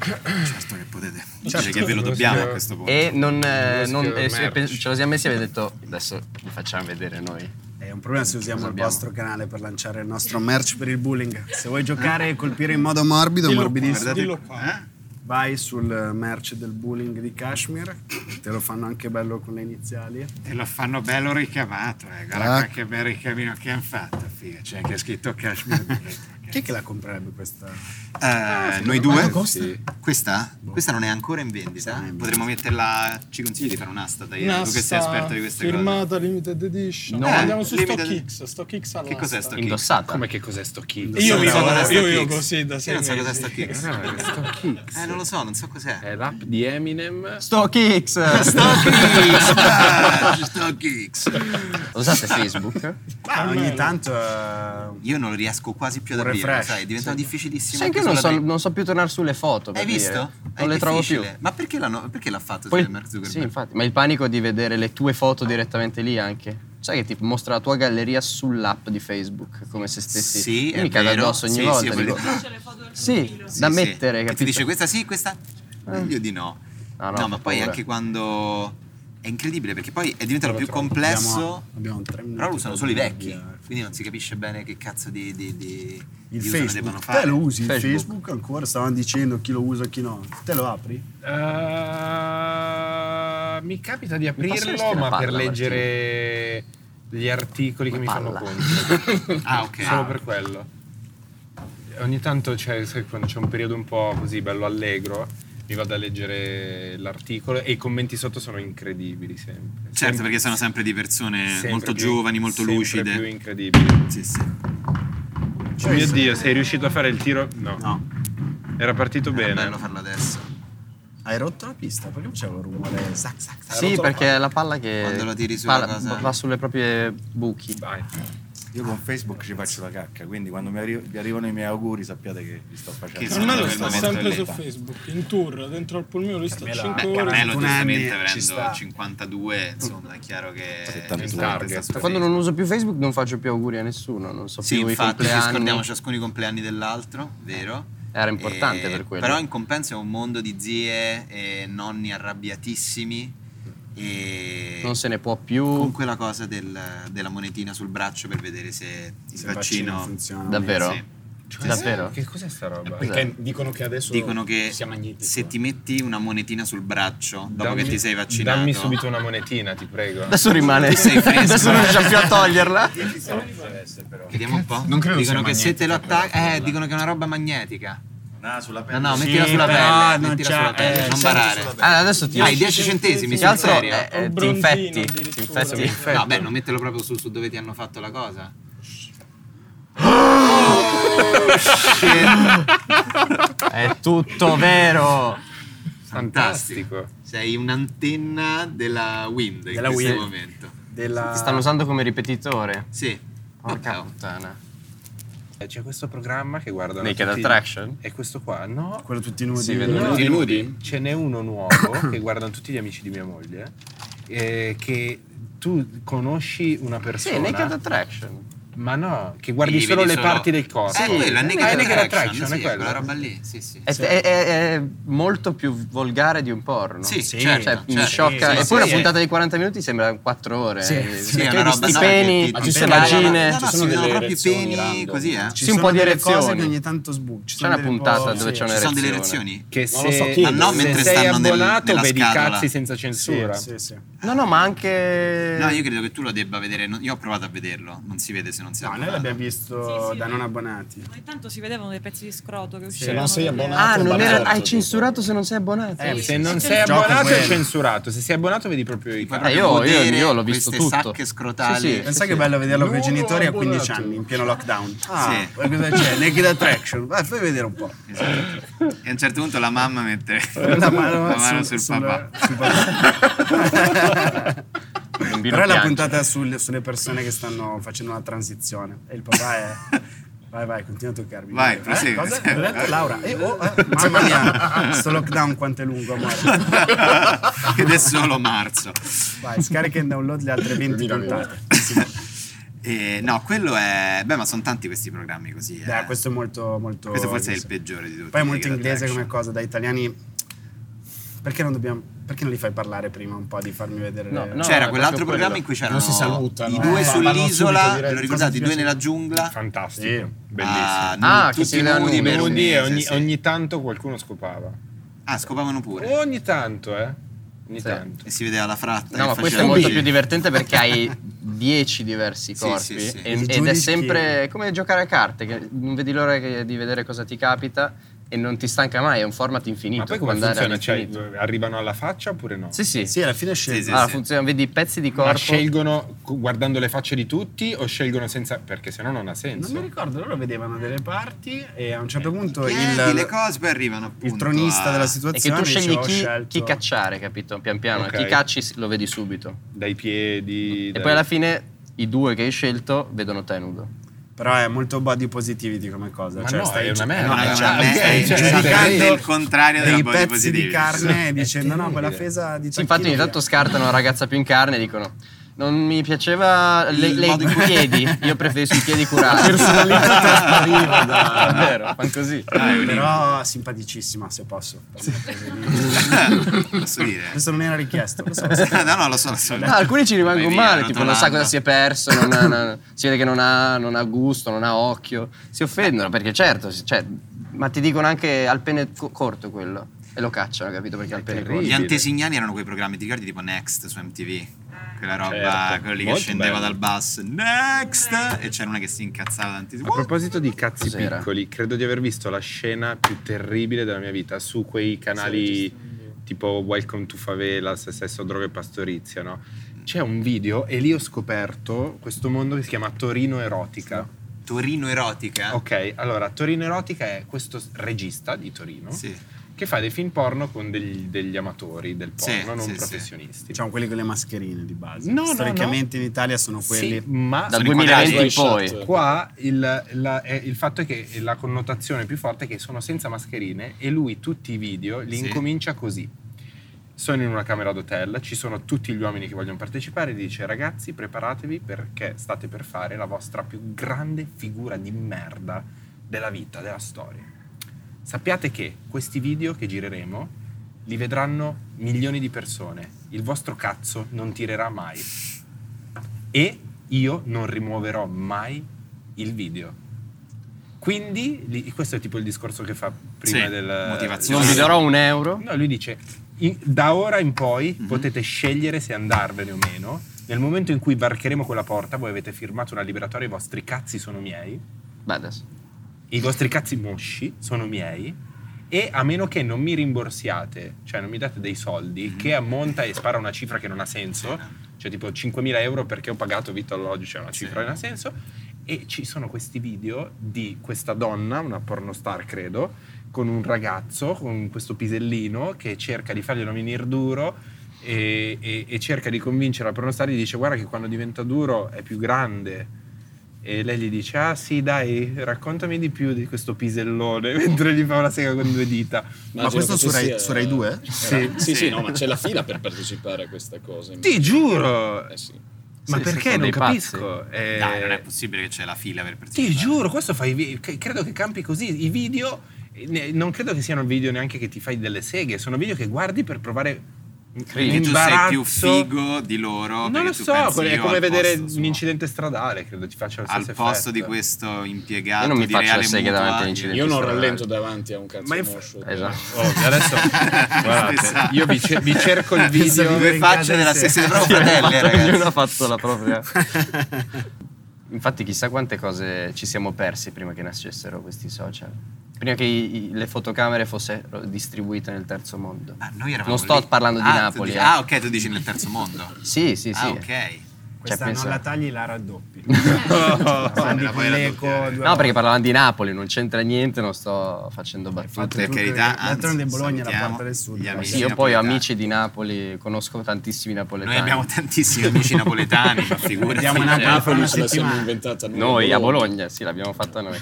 Speaker 1: Certo che potete. Certo. che ve lo dobbiamo a questo punto.
Speaker 3: E non, eh,
Speaker 1: Muschio
Speaker 3: non- eh, se-
Speaker 1: merch.
Speaker 3: pe- ce lo siamo messi e avete detto adesso vi facciamo vedere noi.
Speaker 11: È un problema se usiamo
Speaker 3: Cosa
Speaker 11: il
Speaker 3: abbiamo?
Speaker 11: vostro canale per lanciare il nostro merch per il bullying. Se vuoi giocare e colpire in modo morbido,
Speaker 2: Dillo qua,
Speaker 11: morbidissimo,
Speaker 2: dillo
Speaker 11: eh? vai sul merch del bullying di Kashmir, te lo fanno anche bello con le iniziali.
Speaker 14: Te lo fanno bello ricamato, eh. guarda
Speaker 11: Ah.
Speaker 14: qua che bel ricamino che hanno fatto, figa. C'è anche scritto Cashmere.
Speaker 11: Chi è che la comprerebbe questa?
Speaker 1: Eh,
Speaker 6: Ah,
Speaker 1: noi due? Questa?
Speaker 6: Boh.
Speaker 1: Questa non è ancora in vendita. Potremmo metterla. Ci consigli di fare un'asta dai, eh, tu che sei esperto di queste cose. Eh,
Speaker 6: firmata limited edition.
Speaker 1: No,
Speaker 6: No, andiamo su
Speaker 1: limited-
Speaker 6: StockX, StockX all'asta.
Speaker 3: eh, Indossata.
Speaker 4: Come che cos'è sto kick?
Speaker 6: Io
Speaker 1: non so
Speaker 6: vivo-
Speaker 1: cos'è
Speaker 6: io
Speaker 1: sto
Speaker 6: vivo
Speaker 1: Kicks.
Speaker 6: così da
Speaker 1: Io
Speaker 6: sei
Speaker 1: non so cos'è
Speaker 6: mesi.
Speaker 1: sto Kicks.
Speaker 6: Eh, sto Kicks.
Speaker 1: Eh, non lo so, non so cos'è.
Speaker 4: È l'app di Eminem.
Speaker 3: Sto Kicks!
Speaker 1: Sto Kicks! dai, Sto Kicks!
Speaker 3: Usate Facebook?
Speaker 11: Ma Ah, ogni tanto. eh,
Speaker 1: Io non riesco quasi più ad
Speaker 3: Un
Speaker 1: aprire,
Speaker 3: refresh,
Speaker 1: sai, è diventato difficilissimo.
Speaker 3: Sai che io
Speaker 1: anche
Speaker 3: non
Speaker 1: sulla
Speaker 3: so,
Speaker 1: pri-
Speaker 3: non so più tornare sulle foto. per
Speaker 1: Hai
Speaker 3: dire.
Speaker 1: visto? È
Speaker 3: Non le trovo più.
Speaker 1: difficile. Ma perché, l'hanno- perché l'ha fatto
Speaker 3: Poi-
Speaker 1: Mark Zuckerberg?
Speaker 3: Sì, infatti, ma il panico di vedere le tue foto direttamente lì anche. Sai che ti mostra la tua galleria sull'app di Facebook, come se stessi...
Speaker 1: Sì,
Speaker 3: Io
Speaker 1: è
Speaker 3: Mi cado
Speaker 1: vero.
Speaker 3: addosso ogni
Speaker 1: Sì,
Speaker 3: volta.
Speaker 1: sì, è
Speaker 3: dico,
Speaker 1: vero.
Speaker 3: sì,
Speaker 1: Sì,
Speaker 3: da
Speaker 1: sì.
Speaker 3: mettere,
Speaker 1: Che
Speaker 3: capito?
Speaker 1: ti dice questa sì, questa?
Speaker 3: Eh. Ah,
Speaker 1: Io di no. No,
Speaker 3: no,
Speaker 1: ma
Speaker 3: fa
Speaker 1: poi
Speaker 3: paura.
Speaker 1: anche quando... È incredibile perché poi è diventato
Speaker 11: Però
Speaker 1: più
Speaker 11: troppo.
Speaker 1: complesso,
Speaker 11: Abbiamo- abbiamo tre minuti
Speaker 1: però lo usano
Speaker 11: per
Speaker 1: solo i vecchi,
Speaker 11: cambiare.
Speaker 1: quindi non si capisce bene che cazzo di, di, di,
Speaker 11: Il
Speaker 1: di uso ne devono
Speaker 11: Facebook.
Speaker 1: fare.
Speaker 11: Te lo usi il Facebook ancora? Stavano dicendo chi lo usa e chi no. Te lo apri?
Speaker 4: Oh Eh, mi capita di
Speaker 11: passeresti
Speaker 4: aprirlo,
Speaker 11: la
Speaker 4: ma
Speaker 11: palla,
Speaker 4: per leggere gli articoli che mi fanno contro.
Speaker 1: ah, ok.
Speaker 4: Solo per quello. Ogni tanto c'è, sai, quando c'è un periodo un po' così bello allegro, mi vado a leggere l'articolo e i commenti sotto sono incredibili sempre.
Speaker 1: Certo, perché sono sempre di persone
Speaker 4: Sempre
Speaker 1: molto
Speaker 4: più-
Speaker 1: giovani, molto
Speaker 4: sempre
Speaker 1: lucide.
Speaker 4: più incredibili.
Speaker 1: Sì, sì.
Speaker 4: Oh
Speaker 11: Cioè,
Speaker 4: mio Dio, sei riuscito a fare il tiro? No. Era partito bene. È bello
Speaker 1: farlo adesso.
Speaker 11: Hai rotto la pista? Perché c'era un rumore? Zac, zac, zac.
Speaker 3: Sì, perché è la palla che
Speaker 11: Quando la tiri sulla
Speaker 3: palla-
Speaker 11: cosa-
Speaker 3: va sulle proprie buchi.
Speaker 13: Io con Facebook ci faccio la cacca, quindi quando mi, arri- vi arrivano i miei auguri sappiate che vi sto facendo.
Speaker 6: Carmelo sta sempre su Facebook, in tour, dentro al pulmino, lui sta 5 ore.
Speaker 1: Carmelo giustamente
Speaker 6: Ci sta.
Speaker 1: avendo 52, insomma, è chiaro che...
Speaker 3: Da quando non uso più Facebook non faccio più auguri a nessuno, non so
Speaker 1: Sì,
Speaker 3: più
Speaker 1: infatti
Speaker 3: i
Speaker 1: ci
Speaker 3: compleanni.
Speaker 1: scordiamo ciascuno i compleanni dell'altro, vero?
Speaker 3: Era importante
Speaker 1: Eh,
Speaker 3: per quello.
Speaker 1: Però in compenso è un mondo di zie e nonni arrabbiatissimi e
Speaker 3: Non se ne può più.
Speaker 1: con quella cosa del- della monetina sul braccio per vedere se il
Speaker 11: Se il
Speaker 1: vaccino,
Speaker 11: vaccino funziona.
Speaker 3: Davvero?
Speaker 1: Sì.
Speaker 3: Cioè, Davvero?
Speaker 4: Che cos'è sta roba?
Speaker 3: Perché
Speaker 13: dicono che adesso
Speaker 1: Dicono che se ti metti una monetina sul braccio dopo
Speaker 4: Dammi-
Speaker 1: che ti sei vaccinato
Speaker 4: Dammi subito una monetina, ti prego.
Speaker 1: Adesso rimane- Sei fresco. eh. adesso non riesci più a toglierla. Vediamo un po'.
Speaker 4: Non credo
Speaker 1: dicono
Speaker 4: sia
Speaker 1: che se te lo
Speaker 4: magnetica
Speaker 1: attacchi, eh, dicono che è una roba magnetica.
Speaker 13: No, sulla
Speaker 1: No,
Speaker 13: pelle.
Speaker 1: no, mettila sulla pelle, mettila sulla pelle, non barare.
Speaker 3: Ah, adesso ti
Speaker 1: Hai 10 centesimi,
Speaker 3: Che
Speaker 1: sul
Speaker 3: altro
Speaker 1: serio.
Speaker 3: eh, eh, ti infetti, ti infetti.
Speaker 1: No, beh, non metterlo proprio su, su dove ti hanno fatto la cosa.
Speaker 3: È tutto vero.
Speaker 1: Fantastico. Sei un'antenna della Wind in
Speaker 3: Della
Speaker 1: questo
Speaker 3: Wind.
Speaker 1: momento.
Speaker 3: Ti stanno usando come ripetitore?
Speaker 1: Sì.
Speaker 3: Porca puttana.
Speaker 4: Eh, C'è questo programma che guardano
Speaker 3: Naked
Speaker 4: tutti-
Speaker 3: Attraction?
Speaker 4: E questo qua, no?
Speaker 11: Quello tutti nudi.
Speaker 4: Si vedono tutti nudi? Ce n'è uno nuovo che guardano tutti gli amici di mia moglie. eh, che tu conosci una persona.
Speaker 3: Naked Attraction.
Speaker 4: Ma no, che guardi
Speaker 1: Li
Speaker 4: solo le
Speaker 1: vedi solo-
Speaker 4: parti del corpo.
Speaker 1: Eh, quella, negative
Speaker 4: Ah, negative
Speaker 1: attraction,
Speaker 4: attraction,
Speaker 1: sì,
Speaker 4: è quella.
Speaker 1: quella roba lì, sì, sì.
Speaker 3: È, è- è- è molto più volgare di un porno.
Speaker 1: Sì, Sì,
Speaker 3: cioè,
Speaker 1: certo,
Speaker 3: mi
Speaker 1: certo.
Speaker 3: sciocca.
Speaker 1: Sì,
Speaker 3: e
Speaker 1: sì,
Speaker 3: poi una
Speaker 1: sì.
Speaker 3: puntata di 40 minuti sembra 4 ore.
Speaker 1: Sì,
Speaker 3: Eh,
Speaker 1: sì,
Speaker 3: perché
Speaker 1: è una
Speaker 3: vedi
Speaker 1: roba-
Speaker 3: sti
Speaker 1: no,
Speaker 3: peni,
Speaker 1: che ti-
Speaker 3: sti
Speaker 1: ti pega- no, no,
Speaker 3: vagine.
Speaker 1: ci sono proprio peni così, eh.
Speaker 7: Ci
Speaker 3: Sì, un
Speaker 7: sono
Speaker 3: po' di
Speaker 7: delle cose
Speaker 3: erezioni.
Speaker 7: che ogni tanto sbucci.
Speaker 3: C'è una puntata dove c'è
Speaker 4: Ci
Speaker 3: un'erezione.
Speaker 4: sono delle erezioni? Che
Speaker 7: Non lo
Speaker 4: se-
Speaker 7: so chi-
Speaker 4: ma no,
Speaker 7: se
Speaker 4: mentre
Speaker 7: sei
Speaker 4: stanno nel-
Speaker 7: abbonato
Speaker 4: nella
Speaker 7: vedi i
Speaker 4: scatola.
Speaker 7: cazzi senza
Speaker 4: censura. Sì,
Speaker 3: No, no, ma anche.
Speaker 1: No, io credo che tu lo debba vedere. no- Io ho provato a vederlo, non si vede se non si è
Speaker 11: No, noi
Speaker 1: abbonato.
Speaker 11: l'abbiamo visto da non abbonati.
Speaker 15: Ogni tanto si vedevano dei pezzi di scroto che
Speaker 11: Se
Speaker 8: Eh,
Speaker 15: uscivano.
Speaker 11: non sei
Speaker 15: dalle-
Speaker 3: Ah, non era- hai censurato se non sei abbonato.
Speaker 4: Eh, se non
Speaker 3: sì,
Speaker 4: sei
Speaker 3: sì.
Speaker 4: abbonato
Speaker 3: Gioco
Speaker 4: è
Speaker 3: quello.
Speaker 4: censurato, se sei abbonato vedi proprio i
Speaker 3: Eh,
Speaker 4: cazzi.
Speaker 3: io- io- io l'ho visto tutto. Sì, sì,
Speaker 11: Pensa
Speaker 3: sì,
Speaker 11: che
Speaker 3: sì.
Speaker 11: bello vederlo con i
Speaker 3: Non
Speaker 11: genitori a
Speaker 3: abbonato.
Speaker 11: 15 anni, in pieno lockdown.
Speaker 1: Sì.
Speaker 11: Ah, ma cosa c'è? Naked Attraction. Vai, fai vedere un po'.
Speaker 1: E a un certo punto la mamma mette
Speaker 11: La mano
Speaker 1: la mano
Speaker 11: su-
Speaker 1: sul
Speaker 11: sulla-
Speaker 1: papà.
Speaker 11: Però è la puntata sul- sulle persone che stanno facendo una transizione. E il papà è. Vai, vai, continua a toccarmi.
Speaker 1: Vai,
Speaker 11: Eh,
Speaker 1: prosegui.
Speaker 11: cosa? L'ho detto, Laura. Eh, oh, eh, mamma mia, sto lockdown quanto è lungo, amore.
Speaker 1: Ed è solo marzo.
Speaker 11: Vai, scarica in download le altre 20 puntate.
Speaker 1: Eh, no, quello è. Beh, ma sono tanti questi programmi così. eh.
Speaker 11: Beh, questo è molto, molto.
Speaker 1: Questo forse è il
Speaker 11: sì.
Speaker 1: peggiore di tutti.
Speaker 11: Poi è molto
Speaker 1: Naked
Speaker 11: inglese
Speaker 1: Attraction.
Speaker 11: come cosa, da italiani. Perché non dobbiamo. Perché non li fai parlare prima un po' di farmi vedere?
Speaker 1: No,
Speaker 11: le-
Speaker 1: no, C'era quell'altro programma in cui c'erano i due
Speaker 11: Eh,
Speaker 1: sull'isola, ve lo ricordate? I due nella giungla.
Speaker 4: Fantastico,
Speaker 1: Sì.
Speaker 4: bellissimo.
Speaker 1: Ah, Ah, nu- che si tutti vedevano nudi, nudi,
Speaker 4: Nudi e
Speaker 1: sì,
Speaker 4: ogni,
Speaker 1: sì.
Speaker 4: ogni tanto qualcuno scopava.
Speaker 1: Ah, scopavano pure.
Speaker 4: Ogni tanto, eh. Ogni tanto.
Speaker 1: E si vedeva la fratta.
Speaker 3: No,
Speaker 1: che
Speaker 3: ma questo
Speaker 1: faceva
Speaker 3: è molto
Speaker 1: così.
Speaker 3: più divertente perché hai 10 diversi
Speaker 1: Sì,
Speaker 3: corpi
Speaker 1: sì, sì.
Speaker 3: e-
Speaker 1: Il
Speaker 3: ed è
Speaker 1: giudice-
Speaker 3: sempre come giocare a carte, che non vedi l'ora che- di vedere cosa ti capita e non ti stanca mai, è un format infinito.
Speaker 4: Ma poi come
Speaker 3: può andare
Speaker 4: funziona? Cioè,
Speaker 3: all'infinito.
Speaker 4: arrivano alla faccia oppure no?
Speaker 1: Cioè,
Speaker 3: Sì, sì.
Speaker 4: Ah,
Speaker 3: Allora, funziona, vedi pezzi di corpo.
Speaker 4: Ma scelgono cu- guardando le facce di tutti o scelgono senza... perché sennò non ha senso.
Speaker 11: Non mi ricordo, loro vedevano delle parti e a un
Speaker 3: Eh,
Speaker 11: certo punto
Speaker 1: Chiedi
Speaker 11: il.
Speaker 1: le cose, poi arrivano appunto.
Speaker 11: il tronista
Speaker 1: a-
Speaker 11: della
Speaker 3: E
Speaker 11: situazione
Speaker 3: che tu scegli
Speaker 11: dice, "Ho
Speaker 3: chi,
Speaker 11: scelto".
Speaker 3: chi cacciare, capito? Pian piano.
Speaker 4: Ok.
Speaker 3: E Chi cacci s- lo vedi subito.
Speaker 4: Dai piedi...
Speaker 3: E poi alla fine i due che hai scelto vedono te nudo.
Speaker 11: Però è molto body positivity come cosa.
Speaker 3: Ma
Speaker 11: cioè,
Speaker 3: no,
Speaker 11: stai
Speaker 3: è una merda.
Speaker 11: No,
Speaker 3: Ah,
Speaker 11: cioè,
Speaker 3: ok,
Speaker 1: eh,
Speaker 11: stai
Speaker 3: cioè,
Speaker 11: giudicando
Speaker 3: è il contrario della
Speaker 11: dei
Speaker 3: body
Speaker 11: pezzi
Speaker 3: positivity.
Speaker 11: di carne
Speaker 3: Sì.
Speaker 11: e dicendo no, quella
Speaker 3: terribile.
Speaker 11: fesa di
Speaker 3: Sì, infatti ogni
Speaker 11: tacchino,
Speaker 3: tanto scartano la ragazza più in carne e dicono non mi piaceva le,
Speaker 11: Il
Speaker 3: lei
Speaker 11: modo in
Speaker 3: coi
Speaker 11: cui-
Speaker 3: piedi, io preferisco i piedi curati.
Speaker 11: Personalità traspariva da-
Speaker 3: È vero, fan così.
Speaker 11: via. Però simpaticissima se posso.
Speaker 1: Posso dire?
Speaker 11: Questo non era richiesto. Lo so,
Speaker 1: no, no, lo so. Lo so.
Speaker 3: No, alcuni ci rimangono
Speaker 1: Vai via,
Speaker 3: male, tipo non sa
Speaker 1: rotolando.
Speaker 3: cosa si è perso, non ha- non- si vede che non ha, non ha gusto, non ha occhio, si offendono perché certo, si- cioè, ma ti dicono anche al pene co- corto quello e lo cacciano, capito? Perché al pene corto.
Speaker 1: Gli antesignani erano quei programmi, ti ricordi tipo Next su MTV? Quella roba,
Speaker 4: Certo.
Speaker 1: quello lì che
Speaker 4: Molto
Speaker 1: scendeva dal
Speaker 4: bello.
Speaker 1: bus, Next! E c'era una che si incazzava tantissimo.
Speaker 4: A proposito di cazzi
Speaker 1: Cos'era?
Speaker 4: piccoli, credo di aver visto la scena più terribile della mia vita su quei canali tipo Welcome to Favela, se sesso, droga e pastorizia, no? C'è un video e lì ho scoperto questo mondo che si chiama Torino Erotica.
Speaker 1: Oh, Torino Erotica?
Speaker 4: Ok, allora Torino Erotica è questo regista di Torino che fa dei film porno con degli, degli amatori del porno, non professionisti.
Speaker 11: Diciamo quelli con le mascherine di base.
Speaker 4: No, no,
Speaker 11: Storicamente in Italia sono quelli.
Speaker 4: Sì, ma
Speaker 11: Sono i quadrati.
Speaker 4: Qua il, la- è- il fatto è che la connotazione più forte è che sono senza mascherine e lui tutti i video li
Speaker 1: Sì.
Speaker 4: incomincia così. Sono in una camera d'hotel, ci sono tutti gli uomini che vogliono partecipare e dice ragazzi preparatevi perché state per fare la vostra più grande figura di merda della vita, della storia. Sappiate che questi video che gireremo li vedranno milioni di persone, il vostro cazzo non tirerà mai e io non rimuoverò mai il video. Quindi, li- questo è tipo il discorso che fa prima
Speaker 1: Sì,
Speaker 4: del...
Speaker 1: motivazione.
Speaker 3: Non vi darò un euro.
Speaker 4: No, lui dice, "In- da ora in poi
Speaker 3: Mhm.
Speaker 4: potete scegliere se andarvene o meno. Nel momento in cui varcheremo quella porta, voi avete firmato una liberatoria, i vostri cazzi sono miei. I vostri cazzi mosci sono miei. E a meno che non mi rimborsiate, cioè non mi date dei soldi, che ammonta e spara una cifra che non ha senso, cioè tipo 5.000 euro perché ho pagato vitto alloggio, cioè una cifra che non ha senso, e ci sono questi video di questa donna, una pornostar credo, con un ragazzo, con questo pisellino che cerca di farglielo venire duro e, e- e cerca di convincere la pornostar, gli dice guarda che quando diventa duro è più grande. E lei gli dice, ah sì dai, raccontami di più di questo pisellone, mentre gli fa una sega con due dita.
Speaker 16: Immagino che tu sia-
Speaker 4: Sì.
Speaker 16: Sì, sì, no, ma c'è la fila per partecipare a questa cosa.
Speaker 4: Ti giuro!
Speaker 16: Eh sì.
Speaker 4: Ma
Speaker 1: Sì,
Speaker 4: perché?
Speaker 1: sono
Speaker 4: Non
Speaker 1: dei pazzi.
Speaker 4: capisco. Eh,
Speaker 1: Dai, non è possibile che c'è la fila per partecipare.
Speaker 4: Ti giuro, questo fai. vi- che- Credo che campi così. I video. eh, ne- Non credo che siano video neanche che ti fai delle seghe, sono video che guardi per provare. un
Speaker 1: Perché tu sei più
Speaker 4: imbarazzo.
Speaker 1: figo di loro.
Speaker 4: Non
Speaker 1: perché
Speaker 4: lo
Speaker 1: tu
Speaker 4: so,
Speaker 1: pensi
Speaker 4: è
Speaker 1: io
Speaker 4: come
Speaker 1: al
Speaker 4: vedere
Speaker 1: posto-
Speaker 4: un incidente stradale, credo ti faccia lo
Speaker 1: al
Speaker 4: stesso
Speaker 1: posto
Speaker 4: effetto.
Speaker 1: di questo impiegato
Speaker 3: Io non mi
Speaker 1: di
Speaker 3: faccio
Speaker 1: reale
Speaker 3: le seghe
Speaker 1: mutua,
Speaker 3: davanti agli
Speaker 1: io-
Speaker 3: incidenti
Speaker 2: Io non
Speaker 3: stradali.
Speaker 2: rallento davanti a un cazzo
Speaker 4: Ma inf-
Speaker 2: moscio.
Speaker 3: Esatto.
Speaker 2: Oh,
Speaker 4: cioè, adesso-
Speaker 2: Stessa-
Speaker 4: guardate, io vi, cer- vi cerco il video.
Speaker 1: esatto. Due facce della stessa
Speaker 3: Ognuno
Speaker 1: propria
Speaker 3: ha
Speaker 1: pelle,
Speaker 3: fatto-
Speaker 1: ragazzi.
Speaker 3: Ognuno ha fatto la propria. Infatti, chissà quante cose ci siamo persi prima che nascessero questi social. Prima che i- i- le fotocamere fossero distribuite nel terzo mondo.
Speaker 1: Noi eravamo
Speaker 3: non sto
Speaker 1: lì.
Speaker 3: parlando di
Speaker 1: Ah, tu
Speaker 3: Napoli.
Speaker 1: dici-
Speaker 3: eh.
Speaker 1: Ah, ok, tu dici nel terzo mondo.
Speaker 3: Sì, sì, sì.
Speaker 1: Ah, ok.
Speaker 3: Questa Cioè, pensa-
Speaker 11: non la tagli, la raddoppi.
Speaker 4: Oh,
Speaker 1: me
Speaker 11: Parli
Speaker 1: la
Speaker 11: con
Speaker 1: puoi
Speaker 11: l'eco, due
Speaker 3: No, perché
Speaker 11: volte.
Speaker 3: parlavamo di Napoli, non c'entra niente, non sto facendo battute.
Speaker 1: Per carità,
Speaker 4: eh,
Speaker 1: anzi,
Speaker 11: D'altronde Bologna è la
Speaker 1: salutiamo
Speaker 11: porta del sud.
Speaker 1: gli amici
Speaker 3: Sì, io poi ho
Speaker 1: napoletani.
Speaker 3: amici di Napoli, conosco tantissimi napoletani.
Speaker 1: Noi abbiamo tantissimi amici napoletani, ma figurati.
Speaker 3: Andiamo a Napoli
Speaker 1: Cioè,
Speaker 3: per una settimana.
Speaker 2: inventata
Speaker 3: noi, a Bologna, sì, l'abbiamo fatta noi.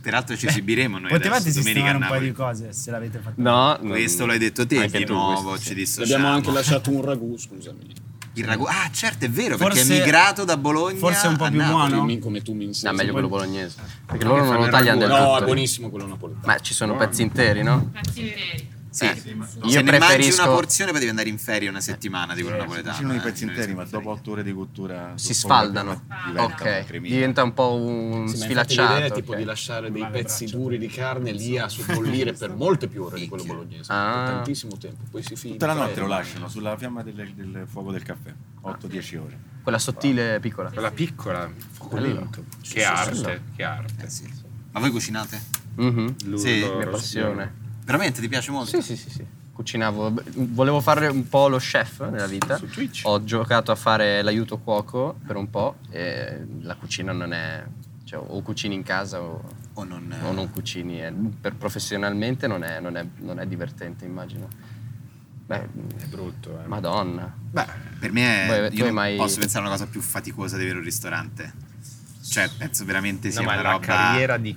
Speaker 1: Peraltro ci esibiremo noi
Speaker 11: Potevate
Speaker 1: adesso, domenica
Speaker 11: sistemare
Speaker 1: a
Speaker 11: un po'
Speaker 1: Napoli.
Speaker 11: di cose se l'avete fatto.
Speaker 3: No,
Speaker 1: Questo l'hai detto te
Speaker 11: Anche
Speaker 1: di
Speaker 11: tu,
Speaker 1: nuovo,
Speaker 11: questo,
Speaker 1: ci dissociamo.
Speaker 2: Abbiamo anche lasciato un ragù, scusami.
Speaker 1: Il ragù. Ah, certo, è vero, perché
Speaker 2: Forse-
Speaker 1: è migrato da Bologna.
Speaker 2: forse è un po'
Speaker 1: a
Speaker 2: più
Speaker 1: Napoli.
Speaker 2: buono. Mi- come tu mi insegni.
Speaker 3: No, meglio quello bolognese. Perché loro
Speaker 2: Perché
Speaker 3: non
Speaker 2: fanno
Speaker 3: lo
Speaker 2: il
Speaker 3: tagliano del
Speaker 2: ragù.
Speaker 3: tutto.
Speaker 2: No, è buonissimo quello napoletano.
Speaker 3: Ma ci sono pezzi interi, no? Sì.
Speaker 1: Eh, ma-
Speaker 3: Io
Speaker 1: se ne mangi
Speaker 3: preferisco-
Speaker 1: una porzione poi devi andare in ferie una settimana di quello napoletano.
Speaker 13: Ci sono i pezzi
Speaker 1: eh,
Speaker 13: interi, ma dopo otto ore di cottura
Speaker 3: Si
Speaker 13: sul
Speaker 3: sfaldano.
Speaker 13: forno diventa una
Speaker 3: Ok.
Speaker 13: cremina.
Speaker 3: Diventa un po' un
Speaker 2: Sì, ma infatti
Speaker 3: sfilacciato.
Speaker 2: L'idea è tipo
Speaker 3: ok.
Speaker 2: di lasciare dei pezzi duri di carne lì a sobbollire per molte più ore di quello bolognese. per
Speaker 3: Ah.
Speaker 2: Tantissimo tempo. Poi si
Speaker 13: Tutta
Speaker 2: filtra.
Speaker 13: la notte
Speaker 2: e-
Speaker 13: lo lasciano sulla fiamma del, del fuoco del caffè, 8-10 ore.
Speaker 3: Quella sottile piccola. Quella
Speaker 4: piccola.
Speaker 3: Lento.
Speaker 4: Che arte, che arte.
Speaker 1: Eh, Ma voi cucinate?
Speaker 3: Mhm.
Speaker 4: L'urlo
Speaker 1: Sì,
Speaker 3: mia
Speaker 4: rossino.
Speaker 3: passione.
Speaker 1: Veramente ti piace molto?
Speaker 3: Sì, sì, sì, sì. Cucinavo, beh, volevo fare un po' lo chef nella vita. Su Twitch. Ho giocato a fare l'aiuto cuoco per un po' e la cucina non è cioè o cucini in casa o,
Speaker 1: non, eh?
Speaker 3: o non cucini e per professionalmente non è, non è- non è divertente, immagino. Beh, è
Speaker 4: brutto, eh.
Speaker 3: Madonna.
Speaker 1: Beh, per me
Speaker 3: Voi-
Speaker 1: è-
Speaker 3: tu
Speaker 1: io
Speaker 3: hai
Speaker 1: non
Speaker 3: mai-
Speaker 1: posso pensare a una cosa più faticosa di avere un ristorante. Cioè, penso veramente sia
Speaker 4: No, ma
Speaker 1: una
Speaker 4: la
Speaker 1: roba
Speaker 4: carriera di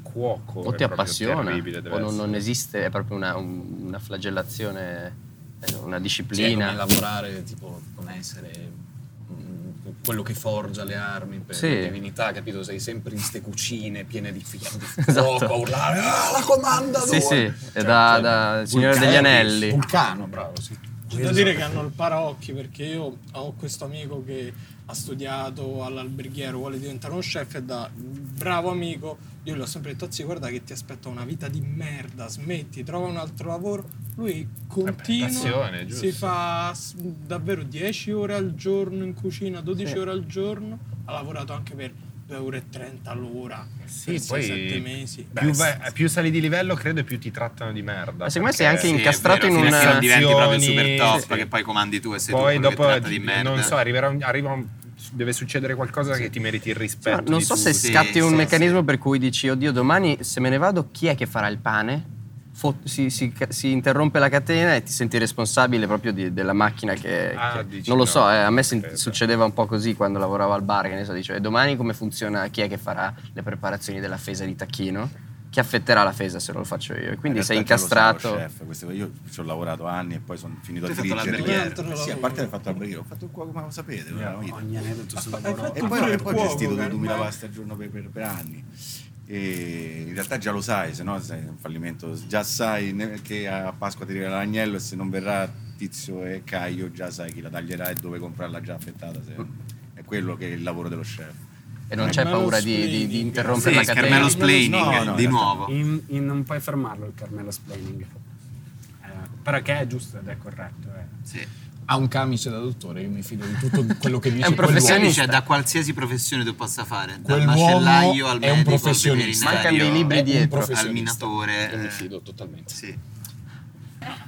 Speaker 3: o ti
Speaker 4: cuoco. è proprio
Speaker 3: appassiona
Speaker 4: terribile, deve
Speaker 3: o non,
Speaker 4: essere.
Speaker 3: non esiste, è proprio una, un- una flagellazione, eh, una
Speaker 2: Cioè,
Speaker 3: disciplina.
Speaker 2: come lavorare, tipo, come essere mm, quello che forgia le armi per
Speaker 3: Sì.
Speaker 2: la divinità, capito? Sei sempre in ste cucine piene di fi- di
Speaker 3: Esatto.
Speaker 2: fuoco a urlare, ah, la comanda
Speaker 3: Sì,
Speaker 2: due!"
Speaker 3: sì, è
Speaker 2: Cioè,
Speaker 3: da-
Speaker 2: cioè,
Speaker 3: da Signore degli
Speaker 2: vulcano,
Speaker 3: Anelli.
Speaker 2: Vulcano, bravo, sì.
Speaker 6: C'è da dire che hanno il paraocchi perché io ho questo amico che ha studiato all'alberghiero, vuole diventare uno chef e da bravo amico, io gli ho sempre detto, zio guarda che ti aspetta una vita di merda, smetti, trova un altro lavoro. Lui continua,
Speaker 4: passione, giusto.
Speaker 6: si fa s- davvero 10 ore al giorno in cucina, 12
Speaker 4: Sì.
Speaker 6: ore al giorno, ha lavorato anche per 2,30 ore all'ora,
Speaker 4: Sì,
Speaker 6: per
Speaker 4: poi
Speaker 6: 7 mesi.
Speaker 4: Più, vai- più sali di livello, credo, più ti trattano di merda.
Speaker 3: Ma secondo me
Speaker 4: perché-
Speaker 3: sei anche Sì, è incastrato
Speaker 1: vero, in fino a che una- non diventi proprio super top,
Speaker 4: Sì, sì.
Speaker 1: che poi comandi tu e sei tu
Speaker 4: poi
Speaker 1: quello che
Speaker 4: dopo
Speaker 1: tratta di merda.
Speaker 4: non so, arriverà un- arriva un- deve succedere qualcosa che ti meriti il rispetto.
Speaker 3: non
Speaker 4: di
Speaker 3: so
Speaker 4: tutti.
Speaker 3: se scatti un meccanismo per cui dici, oddio, domani se me ne vado, chi è che farà il pane? Fo- si, si ca- si interrompe la catena e ti senti responsabile proprio di- della macchina che,
Speaker 4: Ah,
Speaker 3: che-
Speaker 4: dici
Speaker 3: non lo
Speaker 4: no.
Speaker 3: so eh, a me sen- succedeva un po' così quando lavoravo al bar che ne so dicevo e domani come funziona chi è che farà le preparazioni della fesa di tacchino chi affetterà la fesa se non lo faccio io e quindi
Speaker 13: In
Speaker 3: sei
Speaker 13: realtà anche io
Speaker 3: incastrato
Speaker 13: lo sono chef, queste- io ci ho lavorato anni e poi sono finito a
Speaker 1: Tu hai fatto
Speaker 13: dirigere.
Speaker 1: l'alberghiero.
Speaker 13: Sì, a parte aver fatto l'alberghiero, ho fatto il cuoco, ma lo sapete. non era una vita.
Speaker 11: Ogni aneddoto sul
Speaker 13: E
Speaker 11: lavoro.
Speaker 13: poi, e poi ho gestito
Speaker 6: eh.
Speaker 13: 2000 pasta al giorno per, per- per anni. E in realtà già lo sai, se no sei un fallimento. Già sai ne- che a Pasqua ti arriverà l'agnello e se non verrà Tizio e Caio, già sai chi la taglierà e dove comprarla già affettata. se- È quello che è il lavoro dello chef.
Speaker 3: e non c'è paura di, di- di interrompere la catena
Speaker 11: In- in- non puoi fermarlo il Carmelo Splaining. Eh, però che è giusto ed è corretto. eh.
Speaker 2: Ha un camice da dottore, io mi fido di tutto quello che dice.
Speaker 1: Cioè, da qualsiasi professione tu possa fare, dal
Speaker 2: Quell'uomo
Speaker 1: macellaio al
Speaker 2: è un
Speaker 1: medico, al
Speaker 2: professionista. Mancano
Speaker 1: veterinario,
Speaker 2: dei libri
Speaker 1: è un
Speaker 2: dietro.
Speaker 1: professionista. al minatore.
Speaker 2: Io mi
Speaker 1: eh,
Speaker 2: fido totalmente.
Speaker 1: Sì.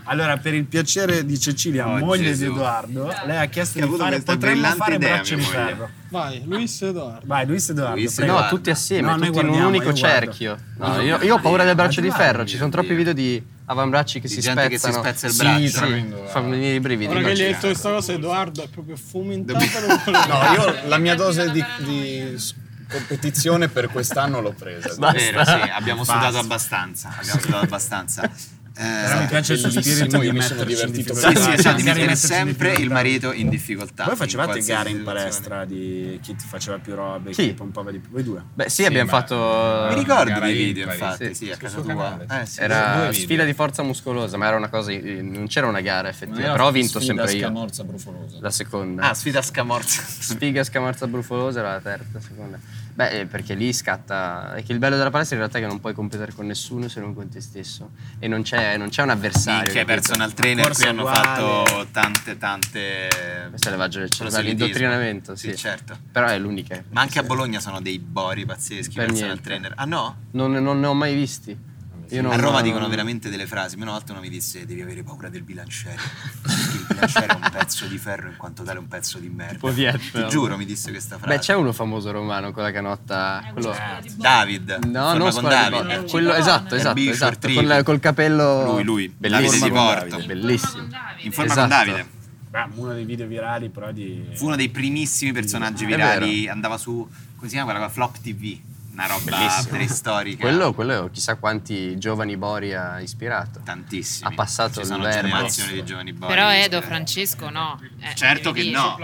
Speaker 11: Allora, per il piacere di Cecilia,
Speaker 1: Oh,
Speaker 11: moglie
Speaker 1: Gesù.
Speaker 11: di Edoardo, lei ha chiesto
Speaker 1: Che ha
Speaker 11: di
Speaker 1: avuto
Speaker 11: fare,
Speaker 1: questa
Speaker 11: potremmo
Speaker 1: brillante
Speaker 11: fare
Speaker 1: idea,
Speaker 11: braccio di
Speaker 1: mia moglie.
Speaker 11: ferro.
Speaker 6: Vai, Luis Edoardo.
Speaker 11: Vai, Luis Edoardo.
Speaker 3: Luis
Speaker 11: prego.
Speaker 3: no, tutti assieme,
Speaker 11: No, noi
Speaker 3: tutti in un
Speaker 11: guardiamo,
Speaker 3: unico
Speaker 11: io guardo.
Speaker 3: cerchio. No, io, io ho paura del braccio di ferro, ci sono troppi video di avambracci che si
Speaker 1: gente
Speaker 3: spezzano.
Speaker 1: che si spezza il
Speaker 3: Sì,
Speaker 1: braccio.
Speaker 3: sì,
Speaker 1: Tremendo,
Speaker 3: fanno venire i brividi.
Speaker 6: Ora che gli hai detto
Speaker 3: immagino.
Speaker 6: questa cosa, Edoardo è proprio fomentato.
Speaker 2: No, io la mia dose di, di s- competizione per quest'anno l'ho presa.
Speaker 1: Vero, sì, abbiamo sudato abbastanza. Abbiamo sudato abbastanza. Però
Speaker 11: mi piace il suo spirito di metterci in difficoltà.
Speaker 1: Sì, sì,
Speaker 11: Sì,
Speaker 1: esatto, di
Speaker 11: sì,
Speaker 1: mettere
Speaker 11: metterci in
Speaker 1: sempre il
Speaker 11: difficoltà.
Speaker 1: marito in difficoltà.
Speaker 11: Voi facevate
Speaker 1: in
Speaker 11: gare in
Speaker 1: qualsiasi
Speaker 11: palestra di chi ti faceva più robe,
Speaker 1: Sì.
Speaker 11: chi pompava di più. Voi due?
Speaker 3: Beh, sì, abbiamo fatto.
Speaker 1: Mi ricordo dei video, infatti, sì, a
Speaker 3: sul
Speaker 1: casa
Speaker 3: suo
Speaker 1: tua.
Speaker 3: canale,
Speaker 1: Eh,
Speaker 3: sì.
Speaker 1: sì, due
Speaker 3: era
Speaker 1: video.
Speaker 3: sfida di forza muscolosa, ma era una cosa. Non c'era una gara effettiva.
Speaker 17: era
Speaker 3: Però ho vinto
Speaker 17: sfida
Speaker 3: sempre io.
Speaker 17: scamorza brufolosa.
Speaker 3: La seconda.
Speaker 1: Ah, sfida scamorza.
Speaker 3: sfiga scamorza brufolosa era la terza, seconda. Beh, eh, perché lì scatta. È che il bello della palestra in realtà è che non puoi competere con nessuno se non con te stesso. E non c'è, non c'è un avversario.
Speaker 1: Minchia, i
Speaker 3: capito?
Speaker 1: personal trainer qui hanno fatto tante, tante.
Speaker 3: Questo è levaggio del cervello,
Speaker 1: proselitismo.
Speaker 3: l'indottrinamento, sì.
Speaker 1: certo.
Speaker 3: Però è l'unica.
Speaker 1: Ma anche a Bologna sono dei bori pazzeschi,
Speaker 3: Per
Speaker 1: personal
Speaker 3: niente.
Speaker 1: trainer. Ah no?
Speaker 3: Non, non ne ho mai visti. Io non-
Speaker 1: a Roma dicono veramente delle frasi. Meno alto uno mi disse: Devi avere paura del bilanciere. Perché il bilanciere è un pezzo di ferro, in quanto tale è un pezzo di merda.
Speaker 3: Tipo Vietnam.
Speaker 1: Ti giuro, mi disse questa frase.
Speaker 3: Beh, c'è uno famoso romano con la canotta.
Speaker 8: Eh,
Speaker 3: quello-
Speaker 8: boh-
Speaker 1: David.
Speaker 3: No,
Speaker 1: Eh. forma
Speaker 3: non
Speaker 1: con
Speaker 3: squadra di
Speaker 1: David.
Speaker 3: porno. Quello, esatto, esatto,
Speaker 1: Herbie,
Speaker 3: esatto.
Speaker 1: Short
Speaker 3: Con la-
Speaker 1: Rib.
Speaker 3: col capello.
Speaker 1: Lui, lui.
Speaker 3: Bellissimo.
Speaker 1: Davide Di Porto.
Speaker 3: Bellissimo.
Speaker 1: In forma
Speaker 3: Esatto.
Speaker 1: con Davide.
Speaker 11: Beh, uno dei video virali però di...
Speaker 1: Fu uno dei primissimi personaggi
Speaker 11: È
Speaker 1: virali. Andava su, come si chiama quella cosa? Flop TV. Una roba
Speaker 3: Bellissimo.
Speaker 1: preistorica.
Speaker 3: Quello, quello, chissà quanti giovani Bori ha ispirato.
Speaker 1: Tantissimi.
Speaker 3: Ha passato
Speaker 1: Ci
Speaker 3: il
Speaker 1: sono
Speaker 3: verbo.
Speaker 1: generazioni di giovani boi.
Speaker 8: Però Edo Francesco no. Eh,
Speaker 1: Certo che
Speaker 8: devi-
Speaker 1: no.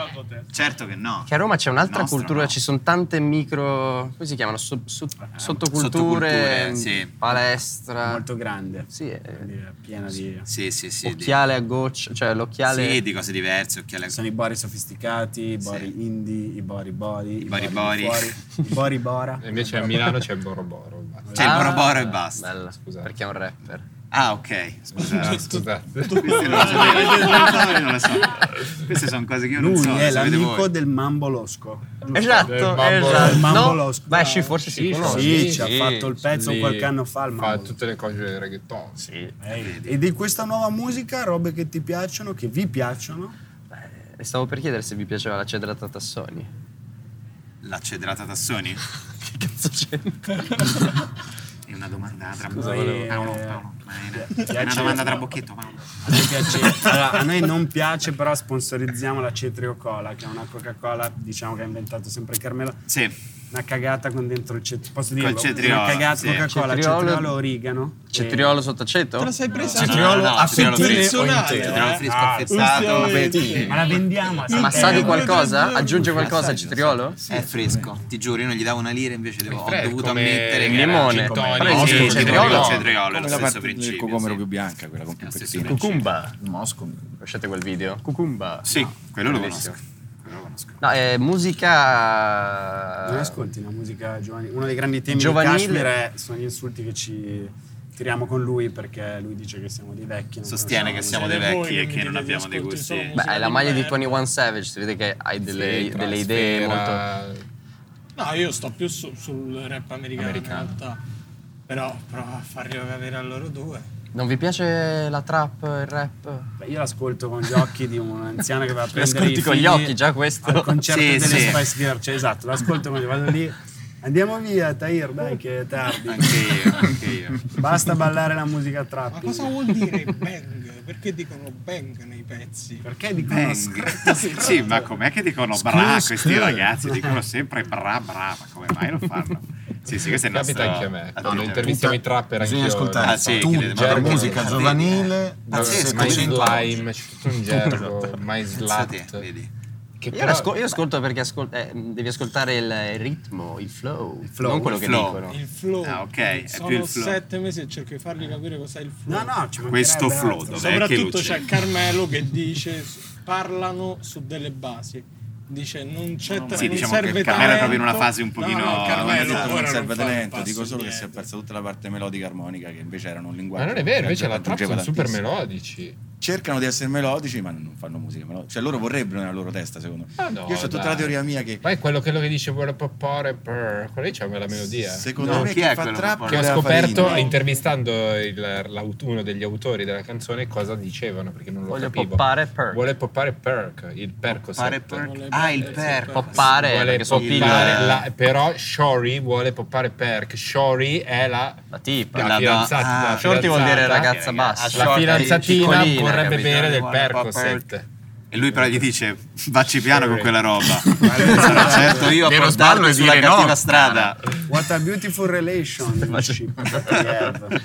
Speaker 1: Certo che no.
Speaker 3: Che a Roma c'è un'altra
Speaker 1: Nostro
Speaker 3: cultura, ci sono tante micro. come si chiamano? Sub- sub- sottoculture.
Speaker 1: Eh,
Speaker 3: mm,
Speaker 1: sottoculture, sì.
Speaker 3: Palestra.
Speaker 11: Molto grande.
Speaker 3: Sì, è
Speaker 11: piena di...
Speaker 1: eh. Sì, sì, sì. di-
Speaker 3: Occhiale a goccia, cioè l'occhiale.
Speaker 1: Sì, di cose diverse, occhiali a
Speaker 11: Sono i bori sofisticati, i bori indie, i bori bori, i
Speaker 1: bori
Speaker 11: di
Speaker 1: bori.
Speaker 11: fuori, i bori bora.
Speaker 4: E invece a Milano c'è Boro Boro. basta.
Speaker 1: C'è il Boroboro e basta.
Speaker 3: Ah, Bella, perché è un rapper.
Speaker 1: Ah, ok.
Speaker 6: Cioè,
Speaker 1: Scusate.
Speaker 4: Scusate.
Speaker 1: Queste non le sapevo, non le so. Queste sono cose che io non
Speaker 11: Lui
Speaker 1: so. le
Speaker 11: è
Speaker 1: sapete
Speaker 11: l'amico
Speaker 1: voi. Eh,
Speaker 11: del Mambo Losco. giusto?
Speaker 3: Esatto,
Speaker 11: Del Mambo-
Speaker 3: esatto.
Speaker 11: del Mambo
Speaker 3: No?
Speaker 11: Losco.
Speaker 3: Beh, sì, forse si conosce.
Speaker 11: Sì,
Speaker 3: Sì,
Speaker 11: ci ha
Speaker 3: sì,
Speaker 11: fatto il pezzo
Speaker 3: sì.
Speaker 11: qualche anno fa. Il
Speaker 4: Fa
Speaker 11: Mambo
Speaker 4: tutte le cose del reggaeton.
Speaker 3: Sì.
Speaker 11: Losco. E di questa nuova musica, robe che ti piacciono, che vi piacciono?
Speaker 3: E Eh, stavo per chiedere se vi piaceva la cedrata Tassoni.
Speaker 1: La cedrata Tassoni? che
Speaker 3: cazzo c'entra?
Speaker 1: È una domanda tra
Speaker 11: Scusa,
Speaker 1: Paolo,
Speaker 11: volevo-
Speaker 1: Paolo, Paolo. ma è
Speaker 13: eh,
Speaker 1: una-
Speaker 11: Ti
Speaker 1: È una
Speaker 11: piace-
Speaker 1: domanda tra bocchetto, Paolo.
Speaker 11: A noi, piace- allora, a noi non piace, però sponsorizziamo la Cetrio Cola, che è una Coca-Cola, diciamo che ha inventato sempre Carmelo.
Speaker 1: Sì.
Speaker 11: Una cagata con dentro il cetriolo. Posso dire?
Speaker 1: Col cetriolo,
Speaker 11: Una cagata
Speaker 1: sì.
Speaker 11: Coca-Cola,
Speaker 3: Cetriolo-
Speaker 11: cetriolo, origano.
Speaker 3: Cetriolo sott'aceto?
Speaker 11: Eh. Te la sei presa? No,
Speaker 3: Cetriolo
Speaker 11: no, no,
Speaker 3: affettato.
Speaker 11: cetriolo fresco, cetriolo fresco
Speaker 3: Ah,
Speaker 11: affettato. Eh, Ma la vendiamo a
Speaker 3: Ma
Speaker 11: San
Speaker 3: sa di
Speaker 11: Pietro?
Speaker 3: qualcosa? Aggiunge
Speaker 1: Eh,
Speaker 3: qualcosa a
Speaker 1: assaggio,
Speaker 3: cetriolo?
Speaker 1: assaggio. è fresco, ti giuro, io non gli davo una lira, invece devo, ho
Speaker 3: fresco,
Speaker 1: dovuto
Speaker 3: come
Speaker 1: ammettere
Speaker 3: il
Speaker 1: che era
Speaker 3: limone.
Speaker 1: gin tonic.
Speaker 3: Come il
Speaker 1: No,
Speaker 3: gin
Speaker 1: sì,
Speaker 3: tonic.
Speaker 1: cetriolo,
Speaker 3: Come
Speaker 1: cetriolo, è lo
Speaker 13: la
Speaker 1: stesso
Speaker 13: parte del
Speaker 1: principio.
Speaker 13: cocomero
Speaker 1: sì.
Speaker 13: più bianca, quella con più
Speaker 1: stesso
Speaker 13: pettine.
Speaker 1: principio. Cucumba.
Speaker 3: Mosco. Conoscete quel video? Cucumba.
Speaker 1: Sì, quello lo
Speaker 3: Bellissimo.
Speaker 1: conosco. Quello lo conosco.
Speaker 3: No, è musica...
Speaker 11: Eh, Non ascolti la musica giovanile. Uno dei grandi temi
Speaker 3: Giovanile.
Speaker 11: di Kashmir è- sono gli insulti che ci tiriamo con lui perché lui dice che siamo dei vecchi. non
Speaker 1: Sostiene che
Speaker 11: conosciamo
Speaker 1: siamo dei
Speaker 11: musica.
Speaker 1: vecchi e che non abbiamo dei gusti.
Speaker 3: Beh, è la maglia
Speaker 6: Eh,
Speaker 3: di 21 Savage, si vede che hai delle,
Speaker 4: Sì,
Speaker 3: delle idee
Speaker 4: Trasfera.
Speaker 3: molto...
Speaker 6: No, io sto più su- sul rap americano,
Speaker 3: Americano.
Speaker 6: in realtà. Però prova a farli capire a loro due.
Speaker 3: Non vi piace la trap, il rap?
Speaker 11: Beh, io l'ascolto con gli occhi di un anziano che va a
Speaker 3: Lo
Speaker 11: prendere
Speaker 3: ascolti
Speaker 11: i
Speaker 3: con gli
Speaker 11: figli
Speaker 3: occhi, già questo.
Speaker 11: al concerto
Speaker 3: Sì,
Speaker 11: delle
Speaker 3: sì.
Speaker 11: Spice Girls cioè, esatto l'ascolto con gli vado lì andiamo via Tahir dai che è tardi
Speaker 1: Anche io, anche io.
Speaker 11: basta ballare la musica trap
Speaker 6: Ma cosa vuol dire bang? Perché dicono bang nei pezzi?
Speaker 11: Perché dicono
Speaker 1: Eh,
Speaker 6: bang?
Speaker 18: Sì, ma com'è che dicono
Speaker 6: Screw,
Speaker 18: bra questi
Speaker 6: screw.
Speaker 18: ragazzi? Dicono sempre bra bra, ma come mai lo fanno? Sì, sì, questo è il nostro...
Speaker 4: Capita anche a me. Quando
Speaker 18: atteggiamento.
Speaker 4: intervistiamo i trapper anche
Speaker 19: Bisogna
Speaker 3: Ah,
Speaker 19: ascoltare tutta la musica giovanile,
Speaker 4: Pazzesco, My Slime, c'è tutto un gergo, My Slut. Che
Speaker 3: Io,
Speaker 4: però-
Speaker 3: l'ascol- io ascolto perché ascol- eh, devi ascoltare il, il ritmo, il flow,
Speaker 11: flow,
Speaker 3: non quello
Speaker 11: il
Speaker 3: che
Speaker 11: flow.
Speaker 3: dicono.
Speaker 6: Il flow.
Speaker 1: Ah, ok, è
Speaker 6: Sono
Speaker 1: più il flow.
Speaker 6: sette mesi e cerco di fargli capire cos'è il flow.
Speaker 11: No, no, ci mancherebbe
Speaker 1: Questo flow,
Speaker 11: altro.
Speaker 1: dov'è
Speaker 6: Soprattutto
Speaker 1: che lo
Speaker 6: c'è Carmelo che dice parlano su delle basi. Dice non c'è
Speaker 1: no,
Speaker 6: ta-
Speaker 1: sì,
Speaker 6: non
Speaker 1: diciamo che Carmelo
Speaker 6: serve
Speaker 1: è
Speaker 6: talento.
Speaker 1: proprio in una fase un pochino- Eh,
Speaker 6: No, Eh, no,
Speaker 1: Carmelo,
Speaker 6: Carmelo
Speaker 1: ora
Speaker 6: ora
Speaker 13: non
Speaker 6: non
Speaker 13: serve
Speaker 6: fa il
Speaker 13: talento,
Speaker 6: passo
Speaker 13: dico solo che si
Speaker 6: indietro.
Speaker 13: è persa tutta la parte melodica armonica che invece era un linguaggio.
Speaker 4: Ma non è vero,
Speaker 13: che
Speaker 4: invece la trap sono
Speaker 13: aggiungeva
Speaker 4: super
Speaker 13: tantissimo.
Speaker 4: melodici.
Speaker 13: Cercano di essere melodici, ma non fanno musica melodica. Cioè, loro vorrebbero nella loro testa, secondo me.
Speaker 4: Ah, no,
Speaker 13: Io ho tutta
Speaker 4: dai.
Speaker 13: la teoria mia che.
Speaker 4: Ma è quello, quello che dice Vuole poppare per. Quella lì c'è la melodia.
Speaker 13: Secondo No, me chi chi è fa quello trap
Speaker 4: Che ho
Speaker 13: era
Speaker 4: scoperto
Speaker 13: Farinia.
Speaker 4: intervistando il- l'aut- uno degli autori della canzone cosa dicevano perché non lo
Speaker 3: Voglio
Speaker 4: capivo.
Speaker 3: poppare per.
Speaker 4: Vuole poppare perk, il
Speaker 1: Poppare
Speaker 4: percocet.
Speaker 1: perk. Ah, il perk.
Speaker 4: Poppare,
Speaker 1: Vuole
Speaker 4: perché sono
Speaker 1: poppare
Speaker 4: pillole.
Speaker 1: la-
Speaker 4: però Shory vuole poppare perk. Shory è la,
Speaker 1: La
Speaker 4: la,
Speaker 1: do-
Speaker 4: fidanzata.
Speaker 1: ah.
Speaker 4: la
Speaker 1: Shorty vuol
Speaker 4: fidanzata.
Speaker 1: dire ragazza
Speaker 4: Ah,
Speaker 1: bassa.
Speaker 4: La
Speaker 1: Shorty
Speaker 4: fidanzatina
Speaker 1: piccolina,
Speaker 4: vorrebbe
Speaker 1: capito?
Speaker 4: bere del
Speaker 1: Vuole poppare
Speaker 4: percocet.
Speaker 1: E lui però gli dice, vacci piano con quella roba.
Speaker 11: Allora,
Speaker 1: Sarà certo io a
Speaker 11: devo sbarlo
Speaker 1: portarti
Speaker 11: e
Speaker 1: sulla
Speaker 11: dire no.
Speaker 1: cattiva strada.
Speaker 11: What a beautiful relationship that we have.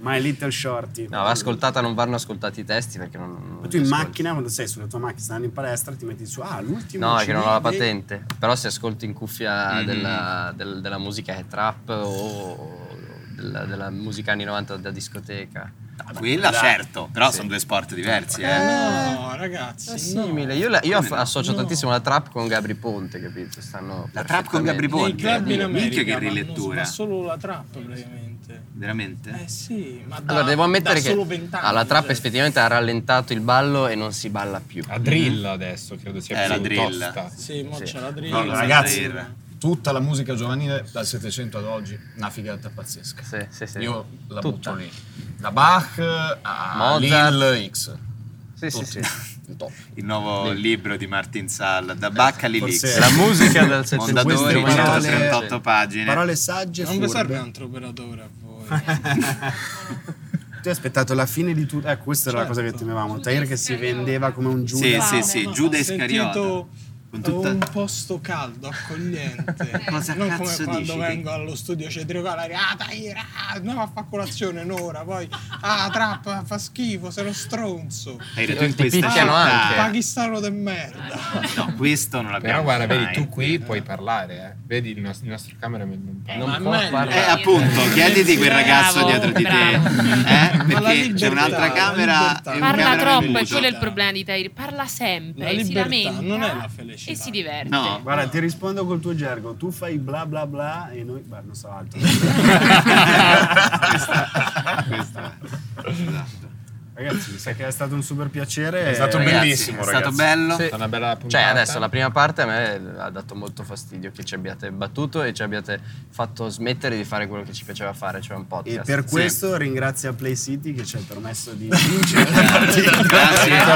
Speaker 11: My Little Shorty.
Speaker 3: No, va ascoltata, non vanno ascoltati i testi perché non. non
Speaker 11: Ma tu
Speaker 3: li
Speaker 11: in
Speaker 3: ascolti.
Speaker 11: macchina, quando sei sulla tua macchina, stai andando in palestra, ti metti su, ah, l'ultimo.
Speaker 3: No, è che non ho la
Speaker 11: CD.
Speaker 3: patente. Però se ascolti in cuffia
Speaker 11: Mhm.
Speaker 3: della, del- della musica che è trap o, o della, della musica anni 90 da discoteca.
Speaker 1: Quella certo, però
Speaker 3: Sì.
Speaker 1: sono due sport diversi, eh.
Speaker 6: No, ragazzi.
Speaker 3: È simile. Io, la- io aff- associo tantissimo la trap con Gabri Ponte, capito? Stanno
Speaker 1: La trap con Gabri
Speaker 3: perfettamente.
Speaker 1: Ponte? eh. Nei club in Minchia America, che ma non rilettura.
Speaker 6: Ma solo la trappa, praticamente.
Speaker 1: Veramente?
Speaker 6: Eh sì, ma da,
Speaker 3: Allora, devo ammettere
Speaker 6: da
Speaker 3: che
Speaker 6: solo 20 anni,
Speaker 3: ah, la trap
Speaker 6: cioè.
Speaker 3: effettivamente ha rallentato il ballo e non si balla più. La
Speaker 4: drill adesso, credo sia
Speaker 3: la
Speaker 4: più
Speaker 3: drill.
Speaker 4: tosta.
Speaker 6: Sì, mo c'è la drill.
Speaker 3: No, no,
Speaker 20: Ragazzi,
Speaker 3: Zero.
Speaker 20: tutta la musica giovanile dal 700 ad oggi, una figata pazzesca. Io la
Speaker 3: Tutta.
Speaker 20: butto lì. Da Bach a
Speaker 1: Mozart.
Speaker 20: Lil X.
Speaker 3: Sì,
Speaker 1: sì,
Speaker 20: Tutti. Il top.
Speaker 1: Il nuovo libro di Martin Sall, da Bacca a Lilix.
Speaker 20: Forse- La musica del
Speaker 1: Mondadori,
Speaker 20: 700.
Speaker 1: 138
Speaker 20: Sì.
Speaker 1: pagine.
Speaker 20: Parole sagge e
Speaker 6: Non vi
Speaker 20: furbe.
Speaker 6: serve un altro operatore a voi.
Speaker 11: Tu hai aspettato la fine di tutto. Ecco, questa era la
Speaker 6: Certo.
Speaker 11: cosa che temevamo. Tair che si vendeva come un Giuda.
Speaker 1: Sì, sì, sì,
Speaker 6: No,
Speaker 1: Giuda
Speaker 6: ho
Speaker 1: Iscariota.
Speaker 6: sentito,
Speaker 1: Con tutta-
Speaker 6: eh, un posto caldo, accogliente.
Speaker 1: Cosa
Speaker 6: non
Speaker 1: cazzo
Speaker 6: come quando
Speaker 1: dici?
Speaker 6: vengo allo studio c'è Trio Calari, ah dai, ah, andiamo a fare colazione un'ora, poi ah trappa fa schifo, sei uno stronzo.
Speaker 1: Hai detto
Speaker 6: Ah,
Speaker 1: in questa
Speaker 6: picchiano
Speaker 1: città-
Speaker 6: anche. pakistano de merda.
Speaker 1: No, questo non l'abbiamo
Speaker 4: Però guarda,
Speaker 1: mai.
Speaker 4: vedi, tu qui puoi parlare, eh. Vedi il, nos- il nostro cameraman non parla.
Speaker 1: Non può parlare. Eh, appunto, chiediti quel ragazzo dietro di te. Eh? Perché c'è un'altra camera e un
Speaker 8: Parla
Speaker 1: cameraman
Speaker 8: troppo, è
Speaker 1: muto.
Speaker 8: quello è il problema di Tair. Parla
Speaker 11: La
Speaker 8: sempre, si
Speaker 11: libertà
Speaker 8: lamenta
Speaker 11: non è la
Speaker 8: e si diverte.
Speaker 11: Guarda, ti rispondo col tuo gergo. Tu fai bla bla bla e noi. Beh, non so altro. Ragazzi, mi sa che è stato un super piacere.
Speaker 3: È stato bellissimo, ragazzi. Sì.
Speaker 4: È una bella
Speaker 3: Cioè,
Speaker 4: puntata.
Speaker 3: adesso la prima parte a me ha dato molto fastidio che ci abbiate battuto e ci abbiate fatto smettere di fare quello che ci piaceva fare, cioè un podcast.
Speaker 11: E per
Speaker 3: Sì.
Speaker 11: questo ringrazio Play City che ci ha permesso di vincere la partita.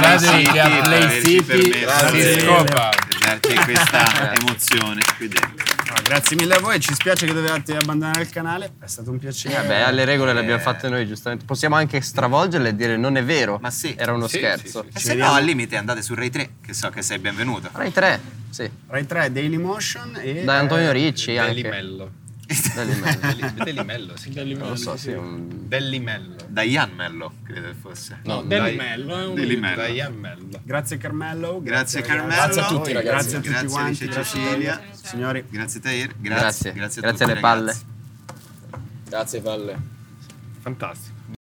Speaker 1: Grazie a Play City per
Speaker 11: Grazie
Speaker 1: averci
Speaker 11: mille.
Speaker 1: permetterci questa emozione qui dentro.
Speaker 11: No, grazie mille a voi, ci spiace che dovevate abbandonare il canale, è stato un piacere.
Speaker 3: Vabbè, Eh, alle regole le abbiamo fatte noi, giustamente. Possiamo anche stravolgerle e dire non è vero. Ma sì. Era uno
Speaker 1: Sì,
Speaker 3: scherzo.
Speaker 1: sì, sì. E se no, al limite andate su Rai 3, che so che sei benvenuto.
Speaker 3: Rai 3, sì.
Speaker 4: Eh,
Speaker 11: Rai 3, Daily Motion e... eh,
Speaker 3: Da Antonio Ricci anche.
Speaker 11: Delimello.
Speaker 3: Delimello.
Speaker 1: Delimello, sì.
Speaker 6: Delimello,
Speaker 1: Non lo so,
Speaker 6: sì.
Speaker 1: sì.
Speaker 3: Un...
Speaker 1: Delimello. Da Ian Mello, credo che fosse.
Speaker 6: No, Delimello è un-
Speaker 1: Delimello.
Speaker 6: Da Ian
Speaker 11: Grazie Carmello.
Speaker 1: Grazie Carmelo,
Speaker 11: ragazzi. Grazie a tutti ragazzi. Grazie a tutti
Speaker 1: grazie
Speaker 11: quanti.
Speaker 1: Alice
Speaker 11: grazie
Speaker 1: Cecilia,
Speaker 11: Tair. signori.
Speaker 1: Grazie Tair,
Speaker 3: Grazie.
Speaker 1: grazie, grazie, a
Speaker 3: Grazie
Speaker 1: tutti,
Speaker 3: alle palle.
Speaker 1: ragazzi.
Speaker 20: Grazie, Valle.
Speaker 21: Fantastico.